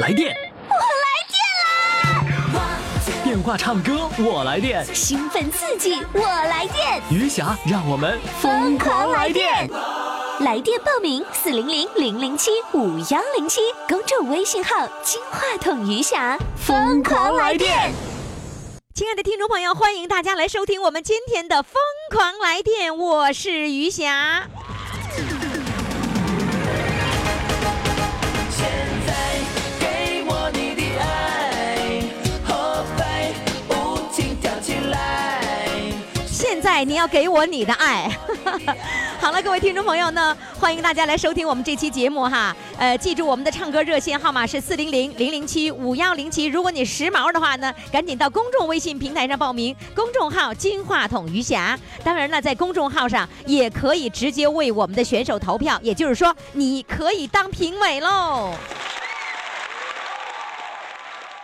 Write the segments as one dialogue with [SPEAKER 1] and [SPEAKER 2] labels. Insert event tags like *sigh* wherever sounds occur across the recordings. [SPEAKER 1] 来电，电话唱歌我来电，
[SPEAKER 2] 兴奋刺激，我来电，
[SPEAKER 1] 余霞让我们疯狂来电。！
[SPEAKER 2] 来电报名：四零零零零七五幺零七，公众微信号“金话筒余霞”，疯狂来电！
[SPEAKER 3] 亲爱的听众朋友，欢迎大家来收听我们今天的《疯狂来电》，我是余霞。
[SPEAKER 4] 现在给我你的爱，后背舞情跳起来。
[SPEAKER 3] 现在你要给我你的爱。 *laughs* 好了，各位听众朋友呢，欢迎大家来收听我们这期节目哈。呃，记住我们的唱歌热线号码是四零零零零七五幺零七。如果你时髦的话呢，赶紧到公众微信平台上报名，公众号“金话筒余霞”。当然了，在公众号上也可以直接为我们的选手投票，也就是说，你可以当评委喽。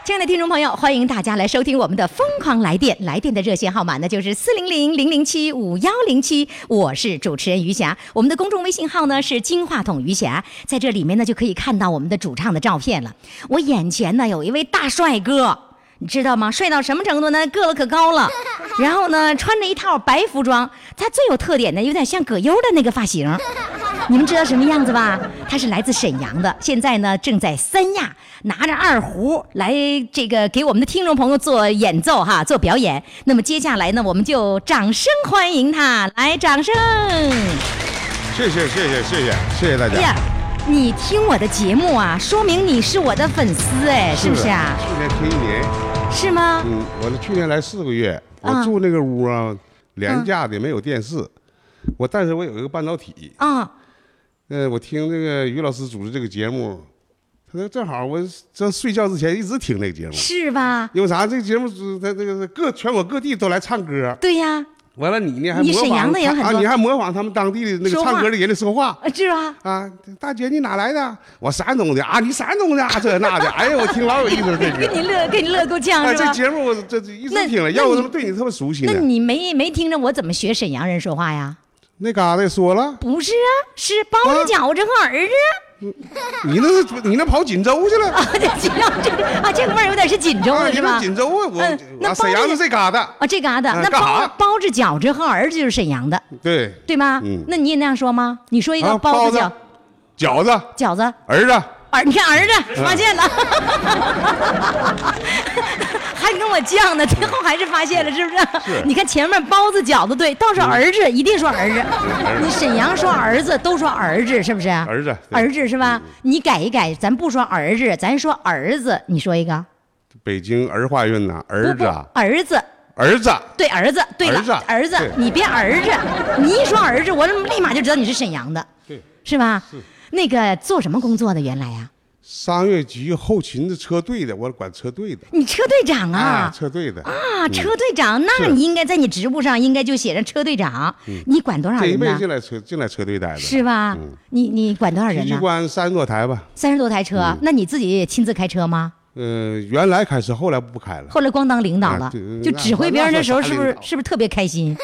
[SPEAKER 3] 亲爱的听众朋友，欢迎大家来收听我们的《疯狂来电》，来电的热线号码呢就是四零零零零七五幺零七，我是主持人余霞，我们的公众微信号呢是金话筒余霞，在这里面呢就可以看到我们的主唱的照片了。我眼前呢有一位大帅哥，你知道吗？帅到什么程度呢？个子可高了，然后呢穿着一套白服装，他最有特点的有点像葛优的那个发型。你们知道什么样子吧？他是来自沈阳的，现在呢正在三亚拿着二胡来这个给我们的听众朋友做演奏哈，做表演。那么接下来呢，我们就掌声欢迎他，来掌声！
[SPEAKER 5] 谢谢谢谢谢谢谢谢大
[SPEAKER 3] 哎呀
[SPEAKER 5] 家，，
[SPEAKER 3] 你听我的节目啊，说明你是我的粉丝哎，是不是啊？
[SPEAKER 5] 去年听一年，
[SPEAKER 3] 是吗？
[SPEAKER 5] 嗯，我去年来四个月，
[SPEAKER 3] 啊
[SPEAKER 5] 我住那个屋啊，廉价的没有电视，
[SPEAKER 3] 嗯
[SPEAKER 5] 我但是我有一个半导体，
[SPEAKER 3] 啊、
[SPEAKER 5] 呃，我听这个于老师主持这个节目，他说正好我正睡觉之前一直听这个节目，
[SPEAKER 3] 是吧？
[SPEAKER 5] 因为啥？这个节目是他这个各全国各地都来唱歌，
[SPEAKER 3] 对呀、
[SPEAKER 5] 完了你呢还
[SPEAKER 3] 你
[SPEAKER 5] 模仿
[SPEAKER 3] 沈阳的也很
[SPEAKER 5] 啊，
[SPEAKER 3] 多
[SPEAKER 5] 你还模仿他们当地的那
[SPEAKER 3] 说
[SPEAKER 5] 个
[SPEAKER 3] 话
[SPEAKER 5] 唱歌的人的说话。
[SPEAKER 3] 啊，是吧？
[SPEAKER 5] 啊，大姐，你哪来的？我山东的啊，你山东的啊，这那的，哎呀，我听老有意思了，这
[SPEAKER 3] 给
[SPEAKER 5] 歌。
[SPEAKER 3] 你乐，给你乐够呛
[SPEAKER 5] 哎，
[SPEAKER 3] 啊是吧
[SPEAKER 5] 这？节目我这这一
[SPEAKER 3] 那
[SPEAKER 5] 直听了，
[SPEAKER 3] 那
[SPEAKER 5] 要不
[SPEAKER 3] 你
[SPEAKER 5] 怎么对你特别熟悉
[SPEAKER 3] 那
[SPEAKER 5] 呢？
[SPEAKER 3] 你没没听着我怎么学沈阳人说话呀？
[SPEAKER 5] 那嘎达也
[SPEAKER 3] *laughs*
[SPEAKER 5] 说了，
[SPEAKER 3] 不是啊，是包着
[SPEAKER 5] 啊
[SPEAKER 3] 饺子和儿子。
[SPEAKER 5] 你那是你那跑锦州去了，
[SPEAKER 3] 啊， *laughs* 这锦州这个啊，这个味儿有点是锦州
[SPEAKER 5] 啊，
[SPEAKER 3] 的
[SPEAKER 5] 你
[SPEAKER 3] 是
[SPEAKER 5] 那
[SPEAKER 3] 吧？
[SPEAKER 5] 锦州啊，
[SPEAKER 3] 嗯
[SPEAKER 5] 我
[SPEAKER 3] 那
[SPEAKER 5] 啊
[SPEAKER 3] 包
[SPEAKER 5] 沈阳
[SPEAKER 3] 着
[SPEAKER 5] 是这嘎达，
[SPEAKER 3] 啊，这嘎达
[SPEAKER 5] 嗯
[SPEAKER 3] 那
[SPEAKER 5] 干
[SPEAKER 3] 包
[SPEAKER 5] 哈
[SPEAKER 3] 包着饺子和儿子就是沈阳的，
[SPEAKER 5] 对，
[SPEAKER 3] 对吗
[SPEAKER 5] 嗯？
[SPEAKER 3] 那你也那样说吗？你说一个
[SPEAKER 5] 啊
[SPEAKER 3] 包
[SPEAKER 5] 包
[SPEAKER 3] 子
[SPEAKER 5] 子
[SPEAKER 3] 饺
[SPEAKER 5] 饺子，
[SPEAKER 3] 饺子
[SPEAKER 5] 儿子，
[SPEAKER 3] 儿，你看儿
[SPEAKER 5] 嗯
[SPEAKER 3] 子发现了， *laughs* 还跟我犟呢，最后还是发现了，是不是？
[SPEAKER 5] 嗯是嗯
[SPEAKER 3] 你看前面包子饺子对，到时候儿子一定说儿子，你沈阳说儿子都说儿子，是不是？
[SPEAKER 5] 儿子，对嗯
[SPEAKER 3] 儿，子是吧？你改一改，咱不说儿子，咱说儿子。你说一个，
[SPEAKER 5] 北京儿化韵呐，儿子
[SPEAKER 3] 不
[SPEAKER 5] 啊，
[SPEAKER 3] 不儿子，
[SPEAKER 5] 儿子，
[SPEAKER 3] 对儿子，对了，
[SPEAKER 5] 儿子啊
[SPEAKER 3] 儿子
[SPEAKER 5] 对
[SPEAKER 3] 你别儿子，你一说儿子，我立马就知道你是沈阳的，
[SPEAKER 5] 对，
[SPEAKER 3] 是吧？那个做什么工作的？原来啊呀、
[SPEAKER 5] 商业局后勤的车队的，我管车队的哎
[SPEAKER 3] 你车队长啊。
[SPEAKER 5] 车队的
[SPEAKER 3] 啊，车队长，那
[SPEAKER 5] 嗯是嗯
[SPEAKER 3] 你应该在你职务上应该就写上车队长。你管多少
[SPEAKER 5] 这一
[SPEAKER 3] 人
[SPEAKER 5] 辈
[SPEAKER 3] 呢
[SPEAKER 5] 子就？来车就来车队待着，
[SPEAKER 3] 是啊吧？你你管多少
[SPEAKER 5] 提
[SPEAKER 3] 人
[SPEAKER 5] 机
[SPEAKER 3] 呢？
[SPEAKER 5] 关嗯三十嗯多台吧，
[SPEAKER 3] 三十多台车，那你自己亲自开车吗？
[SPEAKER 5] 呃，原来开车，后来不开了，
[SPEAKER 3] 后来光当领导
[SPEAKER 5] 啊
[SPEAKER 3] 了
[SPEAKER 5] 对，
[SPEAKER 3] 就
[SPEAKER 5] 那
[SPEAKER 3] 指挥别人的时候，是不是
[SPEAKER 5] 那算啥领导
[SPEAKER 3] 是不是特别开
[SPEAKER 5] *laughs*
[SPEAKER 3] 心？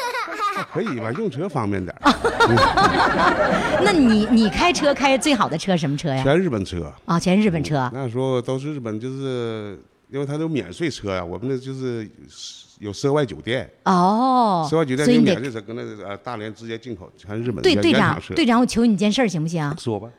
[SPEAKER 5] 可以吧？用车方便点儿，
[SPEAKER 3] 啊那你你开车开最好的车什么车呀？
[SPEAKER 5] 全日本车。
[SPEAKER 3] 啊，全日本车。
[SPEAKER 5] 那时候都是日本，就是因为它都免税车呀、我们那就是有涉外酒店，
[SPEAKER 3] 哦，
[SPEAKER 5] 涉外酒店
[SPEAKER 3] 所以
[SPEAKER 5] 就
[SPEAKER 3] 你
[SPEAKER 5] 免
[SPEAKER 3] 得
[SPEAKER 5] 税车，跟那个呃大连直接进口，全日本
[SPEAKER 3] 对
[SPEAKER 5] 原
[SPEAKER 3] 队
[SPEAKER 5] 原
[SPEAKER 3] 长
[SPEAKER 5] 厂车。
[SPEAKER 3] 队长，我求你件事儿行不行？
[SPEAKER 5] 说吧，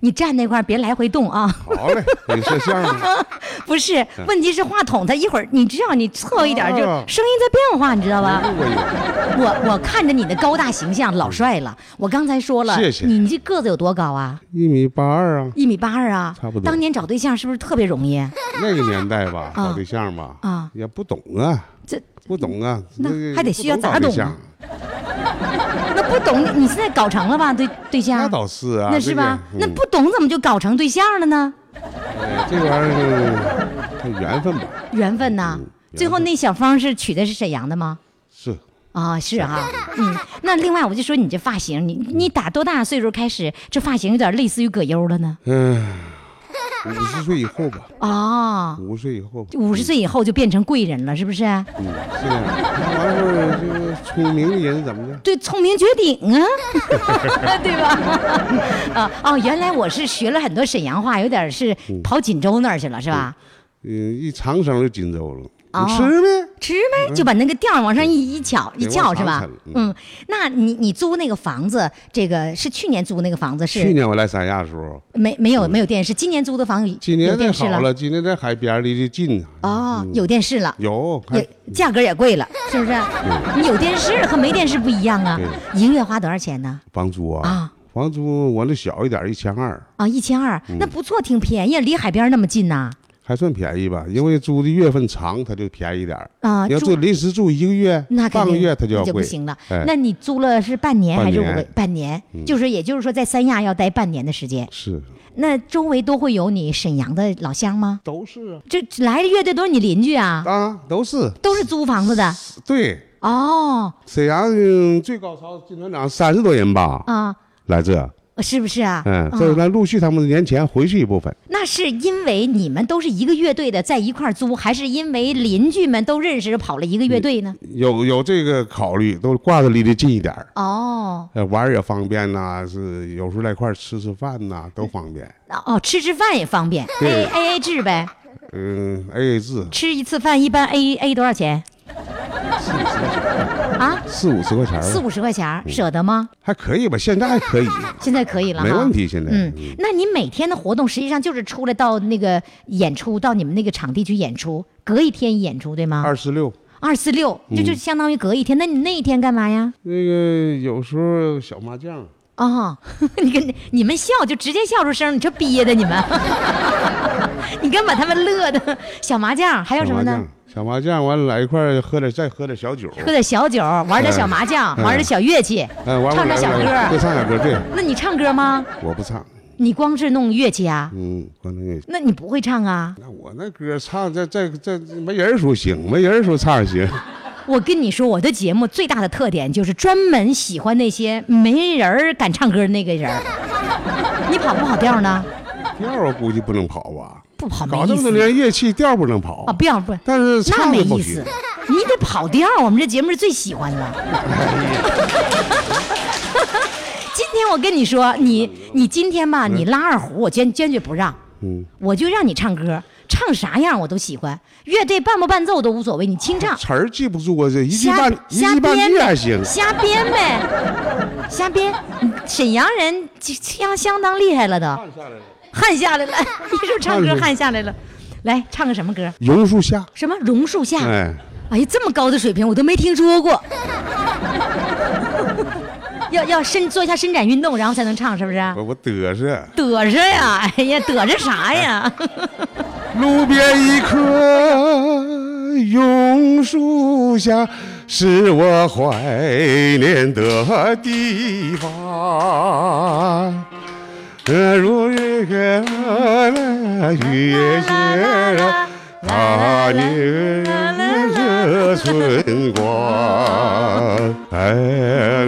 [SPEAKER 3] 你站那块儿别来回动啊！
[SPEAKER 5] 好嘞，你摄像啊吗？
[SPEAKER 3] 不是，问题是话筒它一会儿，你知道你凑一点儿就
[SPEAKER 5] 嗯哦哎
[SPEAKER 3] 声音在变化，你知道吧？
[SPEAKER 5] 我嗯
[SPEAKER 3] 我我看着你的高大形象老帅了，我刚才说了，
[SPEAKER 5] 谢谢
[SPEAKER 3] 你你这个子有多高啊？
[SPEAKER 5] 有一米八二啊，
[SPEAKER 3] 一米八二啊？
[SPEAKER 5] 差不多
[SPEAKER 3] 当年找对象是不是特别容易？
[SPEAKER 5] 那个年代吧，搞对象吧，
[SPEAKER 3] 啊
[SPEAKER 5] 也不懂啊，
[SPEAKER 3] 这
[SPEAKER 5] 不懂啊，
[SPEAKER 3] 那
[SPEAKER 5] 个
[SPEAKER 3] 还得
[SPEAKER 5] 不
[SPEAKER 3] 需要
[SPEAKER 5] 懂搞
[SPEAKER 3] 咋
[SPEAKER 5] 对
[SPEAKER 3] 懂
[SPEAKER 5] 象
[SPEAKER 3] 啊那不懂你你现在搞成了吧？对对象？
[SPEAKER 5] 那倒是啊，
[SPEAKER 3] 那是吧？
[SPEAKER 5] 这
[SPEAKER 3] 那
[SPEAKER 5] 个、
[SPEAKER 3] 不懂怎么就搞成对象了呢？
[SPEAKER 5] 嗯、这玩意儿，看缘分吧，
[SPEAKER 3] 缘分呐、
[SPEAKER 5] 嗯分
[SPEAKER 3] 最后那小芳是娶的是沈阳的吗？
[SPEAKER 5] 是。
[SPEAKER 3] 啊、是啊，嗯。那另外我就说你这发型，你你打多大岁数开始这发型有点类似于葛优了呢？
[SPEAKER 5] 嗯，五十岁以后吧，
[SPEAKER 3] 哦，
[SPEAKER 5] 五十岁以后吧，
[SPEAKER 3] 五十岁以后就变成贵人了，是不是？
[SPEAKER 5] 嗯，是这样的。那完事儿这个聪明的人怎么的？
[SPEAKER 3] 对，聪明绝顶啊，
[SPEAKER 5] *laughs*
[SPEAKER 3] 对吧？ *laughs* 啊哦，原来我是学了很多沈阳话，有点是跑锦州那儿去了，是吧？
[SPEAKER 5] 嗯，一长声就锦州了。
[SPEAKER 3] 哦
[SPEAKER 5] 你吃呗，
[SPEAKER 3] 吃呗，就把那个调儿往上一一翘一
[SPEAKER 5] 对
[SPEAKER 3] 翘
[SPEAKER 5] 往
[SPEAKER 3] 是吧
[SPEAKER 5] 嗯上翘？嗯
[SPEAKER 3] 嗯，那你你租那个房子，这个是去年租那个房子
[SPEAKER 5] 去
[SPEAKER 3] 是
[SPEAKER 5] 年我来三亚的时候，
[SPEAKER 3] 没没有没有电视，今年租的房有
[SPEAKER 5] 今
[SPEAKER 3] 有
[SPEAKER 5] 年再
[SPEAKER 3] 电视
[SPEAKER 5] 好了，今年在海边离得近啊。
[SPEAKER 3] 哦，有电视了，
[SPEAKER 5] 有，还
[SPEAKER 3] 也价格也贵了，是不是？
[SPEAKER 5] 嗯
[SPEAKER 3] 你有电视和没电视不一样啊，
[SPEAKER 5] 对
[SPEAKER 3] 一个月花多少钱呢？
[SPEAKER 5] 房租啊，
[SPEAKER 3] 啊
[SPEAKER 5] 房租我那小一点一千二，
[SPEAKER 3] 啊，一千二，
[SPEAKER 5] 嗯
[SPEAKER 3] 那不错，挺便宜，离海边那么近呐。
[SPEAKER 5] 还算便宜吧，因为租的月份长，它就便宜点儿。
[SPEAKER 3] 啊
[SPEAKER 5] 你要
[SPEAKER 3] 住
[SPEAKER 5] 住临时住一个月
[SPEAKER 3] 那、肯
[SPEAKER 5] 半
[SPEAKER 3] 定
[SPEAKER 5] 个月，它就要
[SPEAKER 3] 那就不
[SPEAKER 5] 贵。
[SPEAKER 3] 行了
[SPEAKER 5] 哎。
[SPEAKER 3] 那你租了是半年还是五
[SPEAKER 5] 半
[SPEAKER 3] 个
[SPEAKER 5] 年嗯
[SPEAKER 3] 半年？就是也就是说，在三亚要待半年的时间。
[SPEAKER 5] 是
[SPEAKER 3] 那周围都会有你沈阳的老乡吗？
[SPEAKER 5] 都是啊，
[SPEAKER 3] 这来的乐队都是你邻居啊，
[SPEAKER 5] 啊都是
[SPEAKER 3] 都是租房子的。
[SPEAKER 5] 对。
[SPEAKER 3] 哦
[SPEAKER 5] 沈阳嗯最高潮进团长三十多人吧，
[SPEAKER 3] 啊，
[SPEAKER 5] 来这，
[SPEAKER 3] 是不是啊？
[SPEAKER 5] 嗯，
[SPEAKER 3] 啊
[SPEAKER 5] 这来陆续他们年前回去一部分，
[SPEAKER 3] 那是因为你们都是一个乐队的，在一块儿租，还是因为邻居们都认识，跑了一个乐队呢？
[SPEAKER 5] 有有这个考虑，都挂着离得近一点儿。
[SPEAKER 3] 哦
[SPEAKER 5] 呃，玩儿也方便呐、是有时候在一块儿吃吃饭呐、都方便。
[SPEAKER 3] 哦，吃吃饭也方便，A
[SPEAKER 5] 对
[SPEAKER 3] A A 制呗。
[SPEAKER 5] 嗯，A A 制，
[SPEAKER 3] 吃一次饭一般 A A 多少钱？啊，
[SPEAKER 5] 四五十块钱儿吧，
[SPEAKER 3] 四五十块钱儿，舍得吗？
[SPEAKER 5] 还可以吧？现在还可以，
[SPEAKER 3] 现在可以了哈，
[SPEAKER 5] 嗯没问题现在
[SPEAKER 3] 嗯
[SPEAKER 5] 嗯，
[SPEAKER 3] 那你每天的活动实际上就是出来到那个演出，到你们那个场地去演出，隔一天演出对吗？
[SPEAKER 5] 二嗯十六。
[SPEAKER 3] 二四六就就相当于隔一天。那你那一天干嘛呀？
[SPEAKER 5] 那个有时候小麻将，
[SPEAKER 3] 哦， *laughs* 你跟你们笑就直接笑出声，你这憋的你们， *laughs* 你跟把他们乐的。小麻将还有
[SPEAKER 5] 小
[SPEAKER 3] 什么
[SPEAKER 5] 麻
[SPEAKER 3] 呢
[SPEAKER 5] 将？，小麻将完了来一块儿喝点，再喝点小酒，
[SPEAKER 3] 喝点小酒，玩点小麻将，
[SPEAKER 5] 嗯
[SPEAKER 3] 玩点小乐器，
[SPEAKER 5] 嗯，玩
[SPEAKER 3] 唱点小
[SPEAKER 5] 对，
[SPEAKER 3] 歌。
[SPEAKER 5] 唱点歌，对，
[SPEAKER 3] 那你唱歌吗？
[SPEAKER 5] 我不唱，
[SPEAKER 3] 你光是弄乐器啊？
[SPEAKER 5] 嗯，关键
[SPEAKER 3] 那你不会唱啊？
[SPEAKER 5] 那我那歌唱这这这这没人儿时候行，没人儿时候唱行， *laughs*
[SPEAKER 3] 我跟你说，我的节目最大的特点就是专门喜欢那些没人儿敢唱歌的那个人儿。
[SPEAKER 5] *laughs*
[SPEAKER 3] 你跑不跑调呢？
[SPEAKER 5] 调儿我估计不能跑吧，
[SPEAKER 3] 不跑
[SPEAKER 5] 搞
[SPEAKER 3] 啊没
[SPEAKER 5] 这
[SPEAKER 3] 意
[SPEAKER 5] 么多
[SPEAKER 3] 思
[SPEAKER 5] 年乐器调儿不能跑
[SPEAKER 3] 啊！不要不，
[SPEAKER 5] 但是
[SPEAKER 3] 那
[SPEAKER 5] 唱
[SPEAKER 3] 没
[SPEAKER 5] 的不
[SPEAKER 3] 意
[SPEAKER 5] 行
[SPEAKER 3] 思，，你得跑调。我们这节目是最喜欢的。 *laughs* 今天我跟你说，你你今天吧，你拉二胡，我坚坚决不让，
[SPEAKER 5] 嗯，
[SPEAKER 3] 我就让你唱歌，唱啥样我都喜欢。乐队伴不伴奏都无所谓，你清唱。
[SPEAKER 5] 词儿记不住啊，这一句
[SPEAKER 3] 瞎
[SPEAKER 5] 半一
[SPEAKER 3] 瞎
[SPEAKER 5] 句半
[SPEAKER 3] 编
[SPEAKER 5] 句
[SPEAKER 3] 呗
[SPEAKER 5] 还行，
[SPEAKER 3] 瞎编呗，瞎编。沈阳人就相相当厉害了都，汗下来
[SPEAKER 5] *laughs*
[SPEAKER 3] 了，一说唱歌
[SPEAKER 5] 汗下来了
[SPEAKER 3] 汗下来了。来唱个什么歌？
[SPEAKER 5] 榕树下，
[SPEAKER 3] 什么榕树下？
[SPEAKER 5] 哎，
[SPEAKER 3] 哎呀，这么高的水平我都没听说过。 *laughs* 要要伸做一下伸展运动，然后才能唱，是不是？
[SPEAKER 5] 我我得瑟。
[SPEAKER 3] 得着呀，哎呀，得着啥
[SPEAKER 5] *laughs*
[SPEAKER 3] 呀？
[SPEAKER 5] 路边一棵榕树下，是我怀念的地方。呃，如日个月夜啊，那年的春光，哎，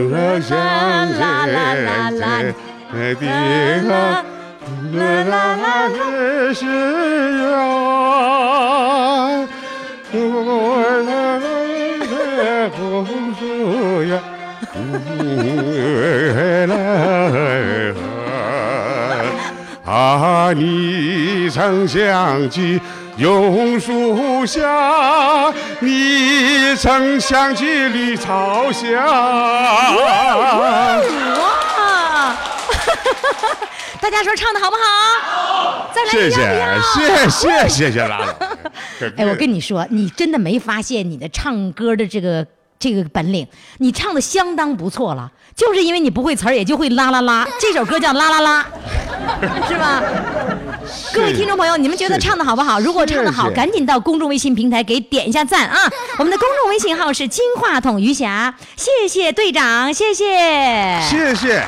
[SPEAKER 5] 我想念的地方。啦啦啦啦是啊，我来来红树呀，来啊，你曾想起榕树下，你曾想起绿草香。
[SPEAKER 3] 哇！ *laughs* 大家说唱的好不好？再来
[SPEAKER 5] 谢
[SPEAKER 3] 一
[SPEAKER 5] 谢
[SPEAKER 3] 遍要不要？
[SPEAKER 5] 谢谢谢谢拉总。
[SPEAKER 6] *laughs*
[SPEAKER 3] 哎，我跟你说，你真的没发现你的唱歌的这个这个本领，你唱的相当不错了，就是因为你不会词儿，也就会啦啦啦。这首歌叫啦啦啦，是吧？各位听众朋友，你们觉得唱的好不好？如果唱的好，
[SPEAKER 5] 谢谢
[SPEAKER 3] 赶紧到公众微信平台给点一下赞啊！我们的公众微信号是金话筒余霞，谢谢队长，谢谢。
[SPEAKER 5] 谢谢。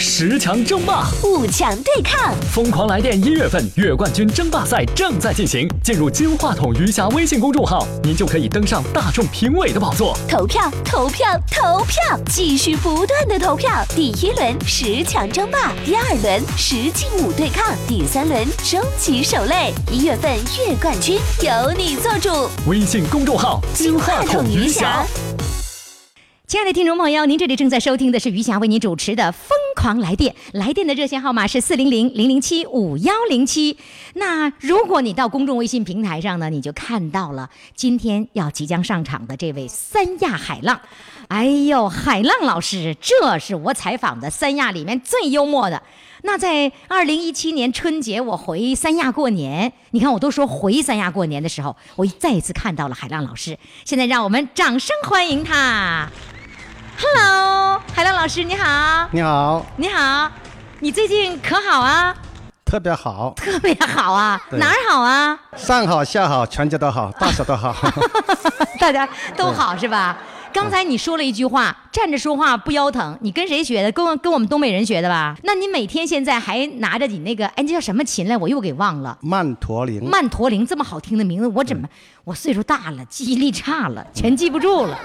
[SPEAKER 1] 十强争霸，
[SPEAKER 2] 五强对抗。
[SPEAKER 1] 疯狂来电一月份月冠军争霸赛正在进行，进入金话筒余霞微信公众号，您就可以登上大众评委的宝座。
[SPEAKER 2] 投票，投票，投票！继续不断的投票。第一轮十强争霸，第二轮十进五对抗，第三轮终极守擂。一月份月冠军由你做主。
[SPEAKER 1] 微信公众号金话筒余霞。
[SPEAKER 3] 亲爱的听众朋友，您这里正在收听的是余霞为您主持的《疯狂来电》，来电的热线号码是四零零零零七五幺零七。那如果你到公众微信平台上呢，你就看到了今天要即将上场的这位三亚海浪。哎呦，海浪老师，这是我采访的三亚里面最幽默的。那在二零一七年春节，我回三亚过年，你看我都说回三亚过年的时候，我再一次看到了海浪老师。现在让我们掌声欢迎他。Hello，海浪老师你好，
[SPEAKER 7] 你好，
[SPEAKER 3] 你好，你最近可好啊？
[SPEAKER 7] 特别好，
[SPEAKER 3] 特别好啊，
[SPEAKER 7] 对
[SPEAKER 3] 哪儿好啊？ *laughs*
[SPEAKER 7] 上好下好，全家都好，大小都好。 *laughs*
[SPEAKER 3] 大家都好是吧？刚才你说了一句话，站着说话不腰疼，你跟谁学的？跟我跟我们东北人学的吧？那你每天现在还拿着你那个，哎，那叫什么琴来？我又给忘了。
[SPEAKER 7] 曼陀林，
[SPEAKER 3] 曼陀林这么好听的名字，我怎
[SPEAKER 7] 嗯
[SPEAKER 3] 么我岁数大了，记忆力差了，全记不住
[SPEAKER 7] *laughs*
[SPEAKER 3] 了。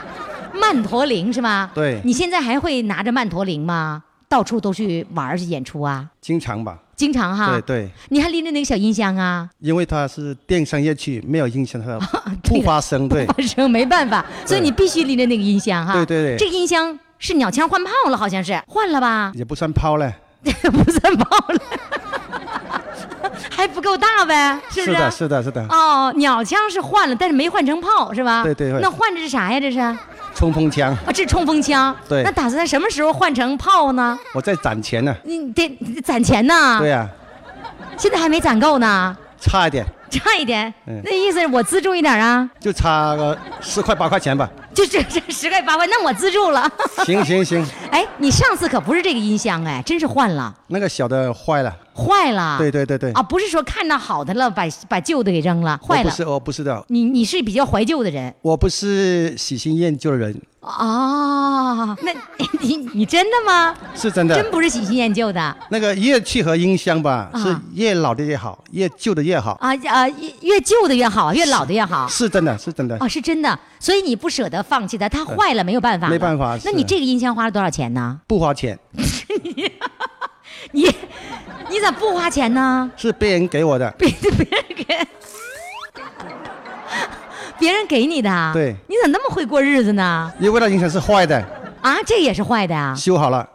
[SPEAKER 3] 曼陀林是吧？
[SPEAKER 7] 对
[SPEAKER 3] 你现在还会拿着曼陀林吗？到处都去玩儿去演出啊？
[SPEAKER 7] 经常吧？
[SPEAKER 3] 经常哈，
[SPEAKER 7] 对对，
[SPEAKER 3] 你还拎着那个小音箱啊，
[SPEAKER 7] 因为它是电声乐器，没有音响它
[SPEAKER 3] *laughs* 对了
[SPEAKER 7] 不发
[SPEAKER 3] *laughs*
[SPEAKER 7] 声。对
[SPEAKER 3] 发声没办法，所以你必须拎着那个音箱哈。
[SPEAKER 7] 对对对
[SPEAKER 3] 这个音箱是鸟枪换炮了，好像是换了吧？
[SPEAKER 7] 也不算抛嘞。
[SPEAKER 3] *laughs* 不算炮了，还不够大呗，是不
[SPEAKER 7] 是的，是的，是的，
[SPEAKER 3] 哦，鸟枪是换了，但是没换成炮，是吧？
[SPEAKER 7] 对对对
[SPEAKER 3] 那换的是啥呀？这是啊，
[SPEAKER 7] 冲锋枪。
[SPEAKER 3] 这冲锋枪。
[SPEAKER 7] 对
[SPEAKER 3] 那打算什么时候换成炮呢？
[SPEAKER 7] 我在攒钱呢。
[SPEAKER 3] 你得你得攒钱呐。
[SPEAKER 7] 对啊呀，
[SPEAKER 3] 现在还没攒够呢，
[SPEAKER 7] 差一点，
[SPEAKER 3] 差一点。
[SPEAKER 7] 嗯
[SPEAKER 3] 那意思是我资助一点啊，
[SPEAKER 7] 就差个四块八块
[SPEAKER 3] *laughs*
[SPEAKER 7] 钱吧。
[SPEAKER 3] 就这这十块八块，那我资助了。
[SPEAKER 7] 行行行，
[SPEAKER 3] 哎，你上次可不是这个音箱哎，真是换了，
[SPEAKER 7] 那个小的坏了。
[SPEAKER 3] 坏了。
[SPEAKER 7] 对对对对
[SPEAKER 3] 啊，，不是说看到好的了，把把旧的给扔了，
[SPEAKER 7] 我
[SPEAKER 3] 坏
[SPEAKER 7] 不
[SPEAKER 3] 了。
[SPEAKER 7] 是，我不是的，
[SPEAKER 3] 你你是比较怀旧的人
[SPEAKER 7] 我不是喜新厌旧的人，
[SPEAKER 3] 哦，那 *laughs* 你你真的吗？
[SPEAKER 7] 是真的。
[SPEAKER 3] 真不是喜新厌旧的
[SPEAKER 7] 那个乐器和音箱吧，
[SPEAKER 3] 啊
[SPEAKER 7] 是越老的越好，越旧的越好，
[SPEAKER 3] 啊啊，越越旧的越好，越老的越好。
[SPEAKER 7] 是真的，是真的。
[SPEAKER 3] 啊哦，是真的，所以你不舍得放弃它，它坏了没有办法了，
[SPEAKER 7] 没办法
[SPEAKER 3] 那
[SPEAKER 7] 是
[SPEAKER 3] 你这个音箱花了多少钱呢？
[SPEAKER 7] 不花钱，
[SPEAKER 3] 你你咋不花钱呢？
[SPEAKER 7] 是别人给我的，
[SPEAKER 3] 别别人给，别人给你的啊？
[SPEAKER 7] 对
[SPEAKER 3] 你咋那么会过日子呢？
[SPEAKER 7] 因为那音响是坏的，
[SPEAKER 3] 啊，这也是坏的啊？
[SPEAKER 7] 修好了，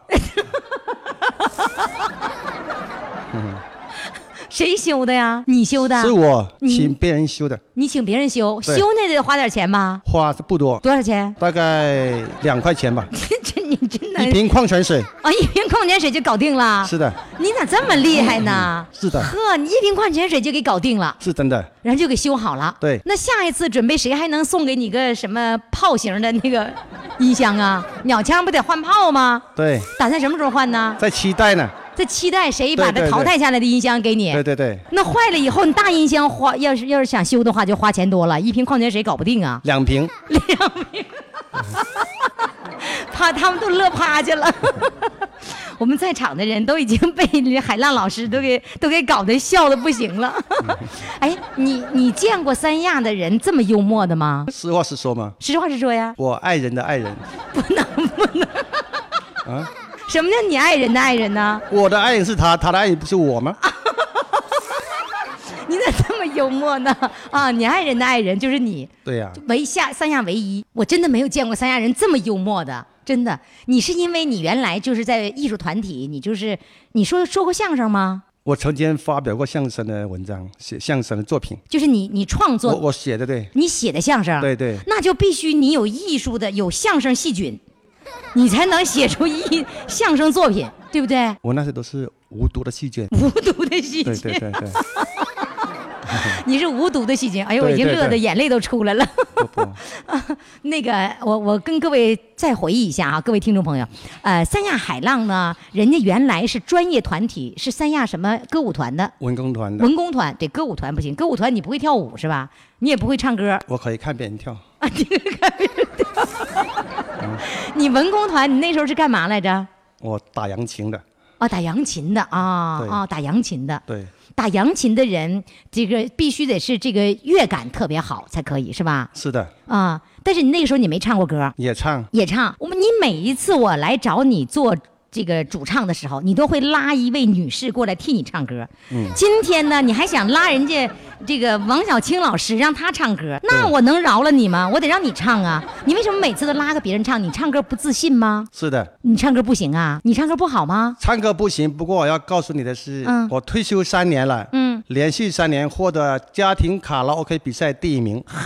[SPEAKER 3] 谁修的呀？你修的？
[SPEAKER 7] 是我
[SPEAKER 3] 你
[SPEAKER 7] 请别人修的，
[SPEAKER 3] 你请别人修，
[SPEAKER 7] 对
[SPEAKER 3] 修那得花点钱吧？
[SPEAKER 7] 花不多，
[SPEAKER 3] 多少
[SPEAKER 7] *laughs*
[SPEAKER 3] 钱？
[SPEAKER 7] 大概两块钱吧，
[SPEAKER 3] 这你真的
[SPEAKER 7] 一瓶矿泉水。
[SPEAKER 3] 啊，一瓶矿泉水就搞定了？
[SPEAKER 7] 是的，嗯
[SPEAKER 3] 你咋这么厉害呢？
[SPEAKER 7] 是的
[SPEAKER 3] 呵，你一瓶矿泉水就给搞定了，
[SPEAKER 7] 是真的，
[SPEAKER 3] 然后就给修好了。
[SPEAKER 7] 对
[SPEAKER 3] 那下一次准备谁还能送给你个什么炮型的那个音箱啊？鸟枪不得换炮吗？
[SPEAKER 7] 对，
[SPEAKER 3] 打算什么时候换呢？
[SPEAKER 7] 在期待呢。
[SPEAKER 3] 在期待谁把
[SPEAKER 7] 对
[SPEAKER 3] 它
[SPEAKER 7] 对对
[SPEAKER 3] 淘汰下来的音箱给你。
[SPEAKER 7] 对对对，
[SPEAKER 3] 那坏了以后，你大音箱花要是要是想修的话，就花钱多了，一瓶矿泉水搞不定啊，
[SPEAKER 7] 两瓶，
[SPEAKER 3] 怕他们都乐趴下了。 *laughs* 我们在场的人都已经被这海浪老师都给都给搞得笑的不行了。 *laughs* 哎，你你见过三亚的人这么幽默的吗？
[SPEAKER 7] 实话实说嘛，
[SPEAKER 3] 实话实说呀，
[SPEAKER 7] 我爱人的爱人，
[SPEAKER 3] 什么叫你爱人的爱人呢？
[SPEAKER 7] 我的爱人是他，他的爱人不是我吗？
[SPEAKER 3] 你咋这么幽默呢？啊，你爱人的爱人就是你，
[SPEAKER 7] 对呀，
[SPEAKER 3] 唯下三亚唯一，我真的没有见过三亚人这么幽默的，真的。你是因为你原来就是在艺术团体，你就是你说说过相声吗？
[SPEAKER 7] 我曾经发表过相声的文章，写相声的作品，
[SPEAKER 3] 就是你你创
[SPEAKER 7] 我
[SPEAKER 3] 作
[SPEAKER 7] 我写的对，
[SPEAKER 3] 你写的相声，
[SPEAKER 7] 对对
[SPEAKER 3] 那就必须你有艺术的有相声细菌，你才能写出
[SPEAKER 7] *laughs*
[SPEAKER 3] 一相声作品，对不对？
[SPEAKER 7] 我那些都是无毒的细菌。
[SPEAKER 3] 无毒的细菌，
[SPEAKER 7] 对对对对，
[SPEAKER 3] 你是无毒的细菌，哎呦，我
[SPEAKER 7] 对
[SPEAKER 3] 已经
[SPEAKER 7] 对
[SPEAKER 3] 乐得
[SPEAKER 7] 对
[SPEAKER 3] 眼泪都出来了。 *laughs*
[SPEAKER 7] 不不，
[SPEAKER 3] 那个，我我跟各位再回忆一下啊，各位听众朋友，呃，三亚海浪呢，人家原来是专业团体，是三亚什么歌舞团的
[SPEAKER 7] 文工团的，
[SPEAKER 3] 文工团，对，歌舞团不行，歌舞团你不会跳舞是吧？你也不会唱歌，
[SPEAKER 7] 我可以看别人跳，
[SPEAKER 3] 你文工团你那时候是干嘛来着？
[SPEAKER 7] 我打扬琴的，
[SPEAKER 3] 哦，打扬琴的啊
[SPEAKER 7] 对
[SPEAKER 3] 啊，打扬琴的，
[SPEAKER 7] 对，
[SPEAKER 3] 打扬琴的人，这个必须得是这个乐感特别好才可以，是吧？
[SPEAKER 7] 是的，
[SPEAKER 3] 啊、但是你那个时候你没唱过歌，
[SPEAKER 7] 也唱，
[SPEAKER 3] 也唱。我们你每一次我来找你做这个主唱的时候，你都会拉一位女士过来替你唱歌。今天呢，你还想拉人家这个王小青老师让她唱歌，那我能饶了你吗？我得让你唱啊！你为什么每次都拉个别人唱？你唱歌不自信吗？
[SPEAKER 7] 是的，
[SPEAKER 3] 你唱歌不行啊？你唱歌不好吗？
[SPEAKER 7] 唱歌不行。不过我要告诉你的是，
[SPEAKER 3] 嗯
[SPEAKER 7] 我退休三年了，
[SPEAKER 3] 嗯，
[SPEAKER 7] 连续三年获得家庭卡拉 OK 比赛第一名，
[SPEAKER 3] 啊，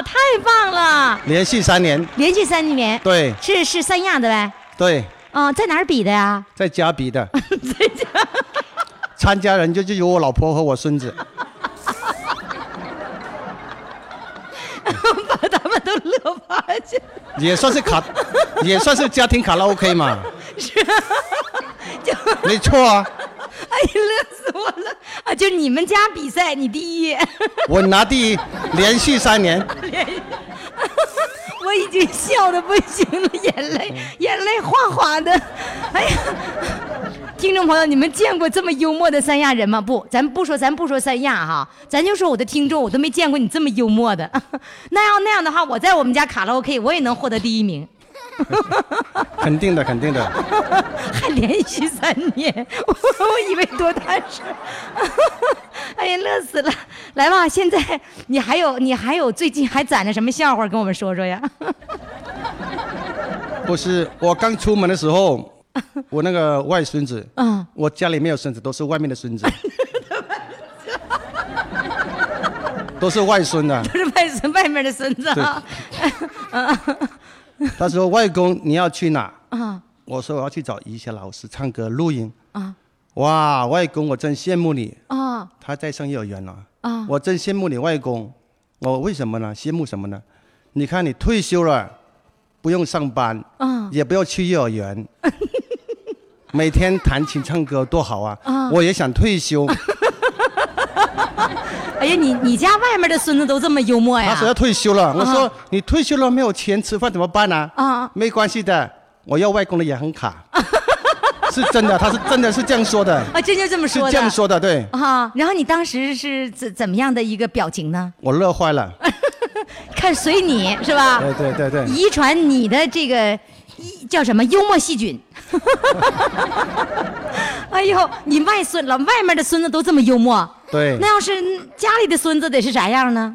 [SPEAKER 3] 太棒了！
[SPEAKER 7] 连续三
[SPEAKER 3] *laughs*
[SPEAKER 7] 年，
[SPEAKER 3] 连续三年，
[SPEAKER 7] 对
[SPEAKER 3] 是是三亚的呗？
[SPEAKER 7] 对，
[SPEAKER 3] 啊，在哪儿比的呀？
[SPEAKER 7] 在家比的，在家，参加人就就有我老婆和我孙子，
[SPEAKER 3] *laughs* 把他们都乐趴下。
[SPEAKER 7] 也算是
[SPEAKER 3] *laughs*
[SPEAKER 7] 卡，也算是家庭卡拉 OK 嘛，是，没错啊，
[SPEAKER 3] *laughs* 哎呀，乐死我了！啊，就你们家比赛，你第一， *laughs*
[SPEAKER 7] *laughs* 我拿第一，连续三年，
[SPEAKER 3] 我已经笑的不行了，眼泪眼泪哗哗的。 *laughs* 哎呀，听众朋友，你们见过这么幽默的三亚人吗？不，咱不说，咱不说三亚哈，咱就说我的听众，我都没见过你这么幽默的。 *laughs* 那要那样的话，我在我们家卡拉 OK，我也能获得第一名。
[SPEAKER 7] 肯定的，肯定的。
[SPEAKER 3] 还 *laughs* 连续三年， *laughs* 我我以为多大事儿， *laughs* 哎呀，乐死了！来吧，现在你还有你还有最近还攒着什么笑话跟我们说说呀？ *laughs*
[SPEAKER 7] 不是，我刚出门的时候，我那个外孙子，
[SPEAKER 3] 嗯
[SPEAKER 7] 我家里没有孙子，都是外面的孙子，都是外孙啊的。
[SPEAKER 3] 不是外孙外面的孙子啊，
[SPEAKER 7] 他说：“外公，你要去哪
[SPEAKER 3] 啊？”
[SPEAKER 7] 我说：“我要去找余霞老师唱歌录音。”哇，外公，我真羡慕你，
[SPEAKER 3] 啊
[SPEAKER 7] 他在上幼儿园了。
[SPEAKER 3] 啊
[SPEAKER 7] 我真羡慕你外公，我为什么呢？羡慕什么呢？你看你退休了，不用上班，
[SPEAKER 3] 啊！
[SPEAKER 7] 也不要去幼儿
[SPEAKER 3] *laughs*
[SPEAKER 7] 园，每天弹琴唱歌多好啊！我也想
[SPEAKER 3] *laughs*
[SPEAKER 7] 退休。
[SPEAKER 3] 哎呀，你你家外面的孙子都这么幽默
[SPEAKER 7] 他
[SPEAKER 3] 哎呀
[SPEAKER 7] 说？要退休了，我说你退休了没有钱吃饭怎么办呢、
[SPEAKER 3] 啊
[SPEAKER 7] 没关系的，我要外公的银行
[SPEAKER 3] *laughs*
[SPEAKER 7] 卡，是真的，他是真的是这样说的，
[SPEAKER 3] 啊，真就这么
[SPEAKER 7] 是
[SPEAKER 3] *laughs* 说的。
[SPEAKER 7] 这样说的，对
[SPEAKER 3] 啊！然后你当时是怎怎么样的一个表情呢？
[SPEAKER 7] 我乐
[SPEAKER 3] *laughs*
[SPEAKER 7] 坏了。
[SPEAKER 3] 看随你是吧？
[SPEAKER 7] 对对对对，
[SPEAKER 3] *laughs* 遗传你的这个一叫什么幽默细菌。 *laughs* 哎呦，你外孙老外面的孙子都这么幽默，
[SPEAKER 7] 对
[SPEAKER 3] 那要是家里的孙子得是啥样呢？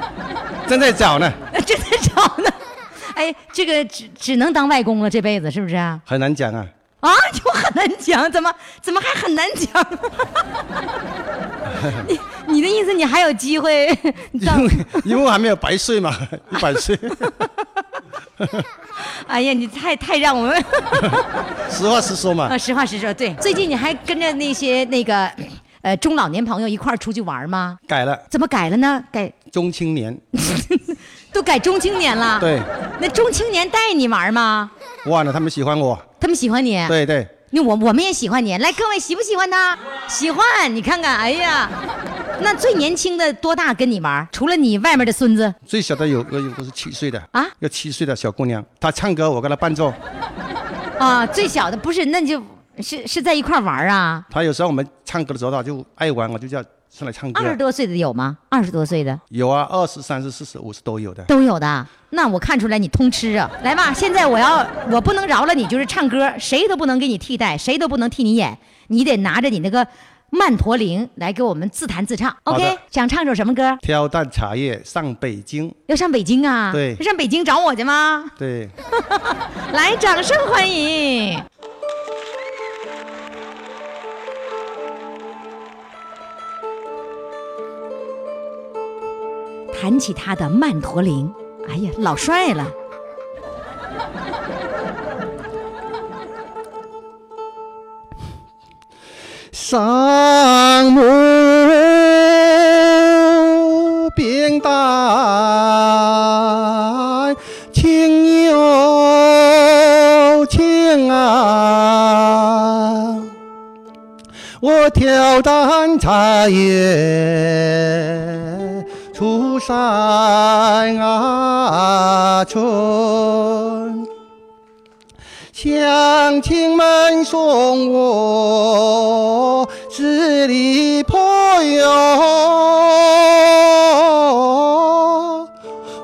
[SPEAKER 3] *laughs*
[SPEAKER 7] 正在找呢，
[SPEAKER 3] 真的找呢。哎，这个只只能当外公了，这辈子是不是啊？
[SPEAKER 7] 很难讲啊，
[SPEAKER 3] 啊，就很难讲，怎么怎么还很难讲？ *laughs* 你你的意思，你还有机会 *laughs* 当
[SPEAKER 7] *laughs* 因为因为我还没有百岁
[SPEAKER 3] *laughs*
[SPEAKER 7] 嘛，一百岁，
[SPEAKER 3] 哎呀，你太太让我们。
[SPEAKER 7] 实话实说嘛
[SPEAKER 3] *laughs* 啊，。实话实说，对。最近你还跟着那些那个，呃，中老年朋友一块儿出去玩吗？
[SPEAKER 7] 改了
[SPEAKER 3] 怎么改了呢？改
[SPEAKER 7] 中青年，
[SPEAKER 3] 都改中青年了。。
[SPEAKER 7] 对，
[SPEAKER 3] 那中青年带你玩吗？
[SPEAKER 7] 忘了他们喜欢我，
[SPEAKER 3] 他们喜欢你。。
[SPEAKER 7] 对对。
[SPEAKER 3] 那我我们也喜欢你。来，各位喜不喜欢他？喜欢。你看看，哎呀，那最年轻的多大跟你玩？除了你外面的孙子
[SPEAKER 7] 最小的有个有个是七岁的
[SPEAKER 3] 啊
[SPEAKER 7] 有七岁的小姑娘，她唱歌我跟她伴奏，
[SPEAKER 3] 啊，最小的不是，那你就是是在一块儿玩啊。
[SPEAKER 7] 她有时候我们唱歌的时候她就爱玩，我就叫上来唱歌
[SPEAKER 3] 二。十多岁的有吗？二十多岁的。
[SPEAKER 7] 有啊，二十、三十、四十、五十都有的。
[SPEAKER 3] 都有的。那我看出来你通吃啊！来吧，现在我要我不能饶了你，就是唱歌，谁都不能给你替代，谁都不能替你演，你得拿着你那个曼陀铃来给我们自弹自唱。
[SPEAKER 7] 好的
[SPEAKER 3] OK，想唱首什么歌？
[SPEAKER 7] 挑担茶叶上北京，
[SPEAKER 3] 要上北京啊？
[SPEAKER 7] 对
[SPEAKER 3] 要上北京找我去吗？
[SPEAKER 7] 对，
[SPEAKER 3] 来，掌声欢迎！弹起他的曼陀铃，哎呀，老帅了。
[SPEAKER 7] 上母兵带，亲友亲啊，我挑担茶叶出山啊村。
[SPEAKER 8] 乡亲们送我十里坡哟，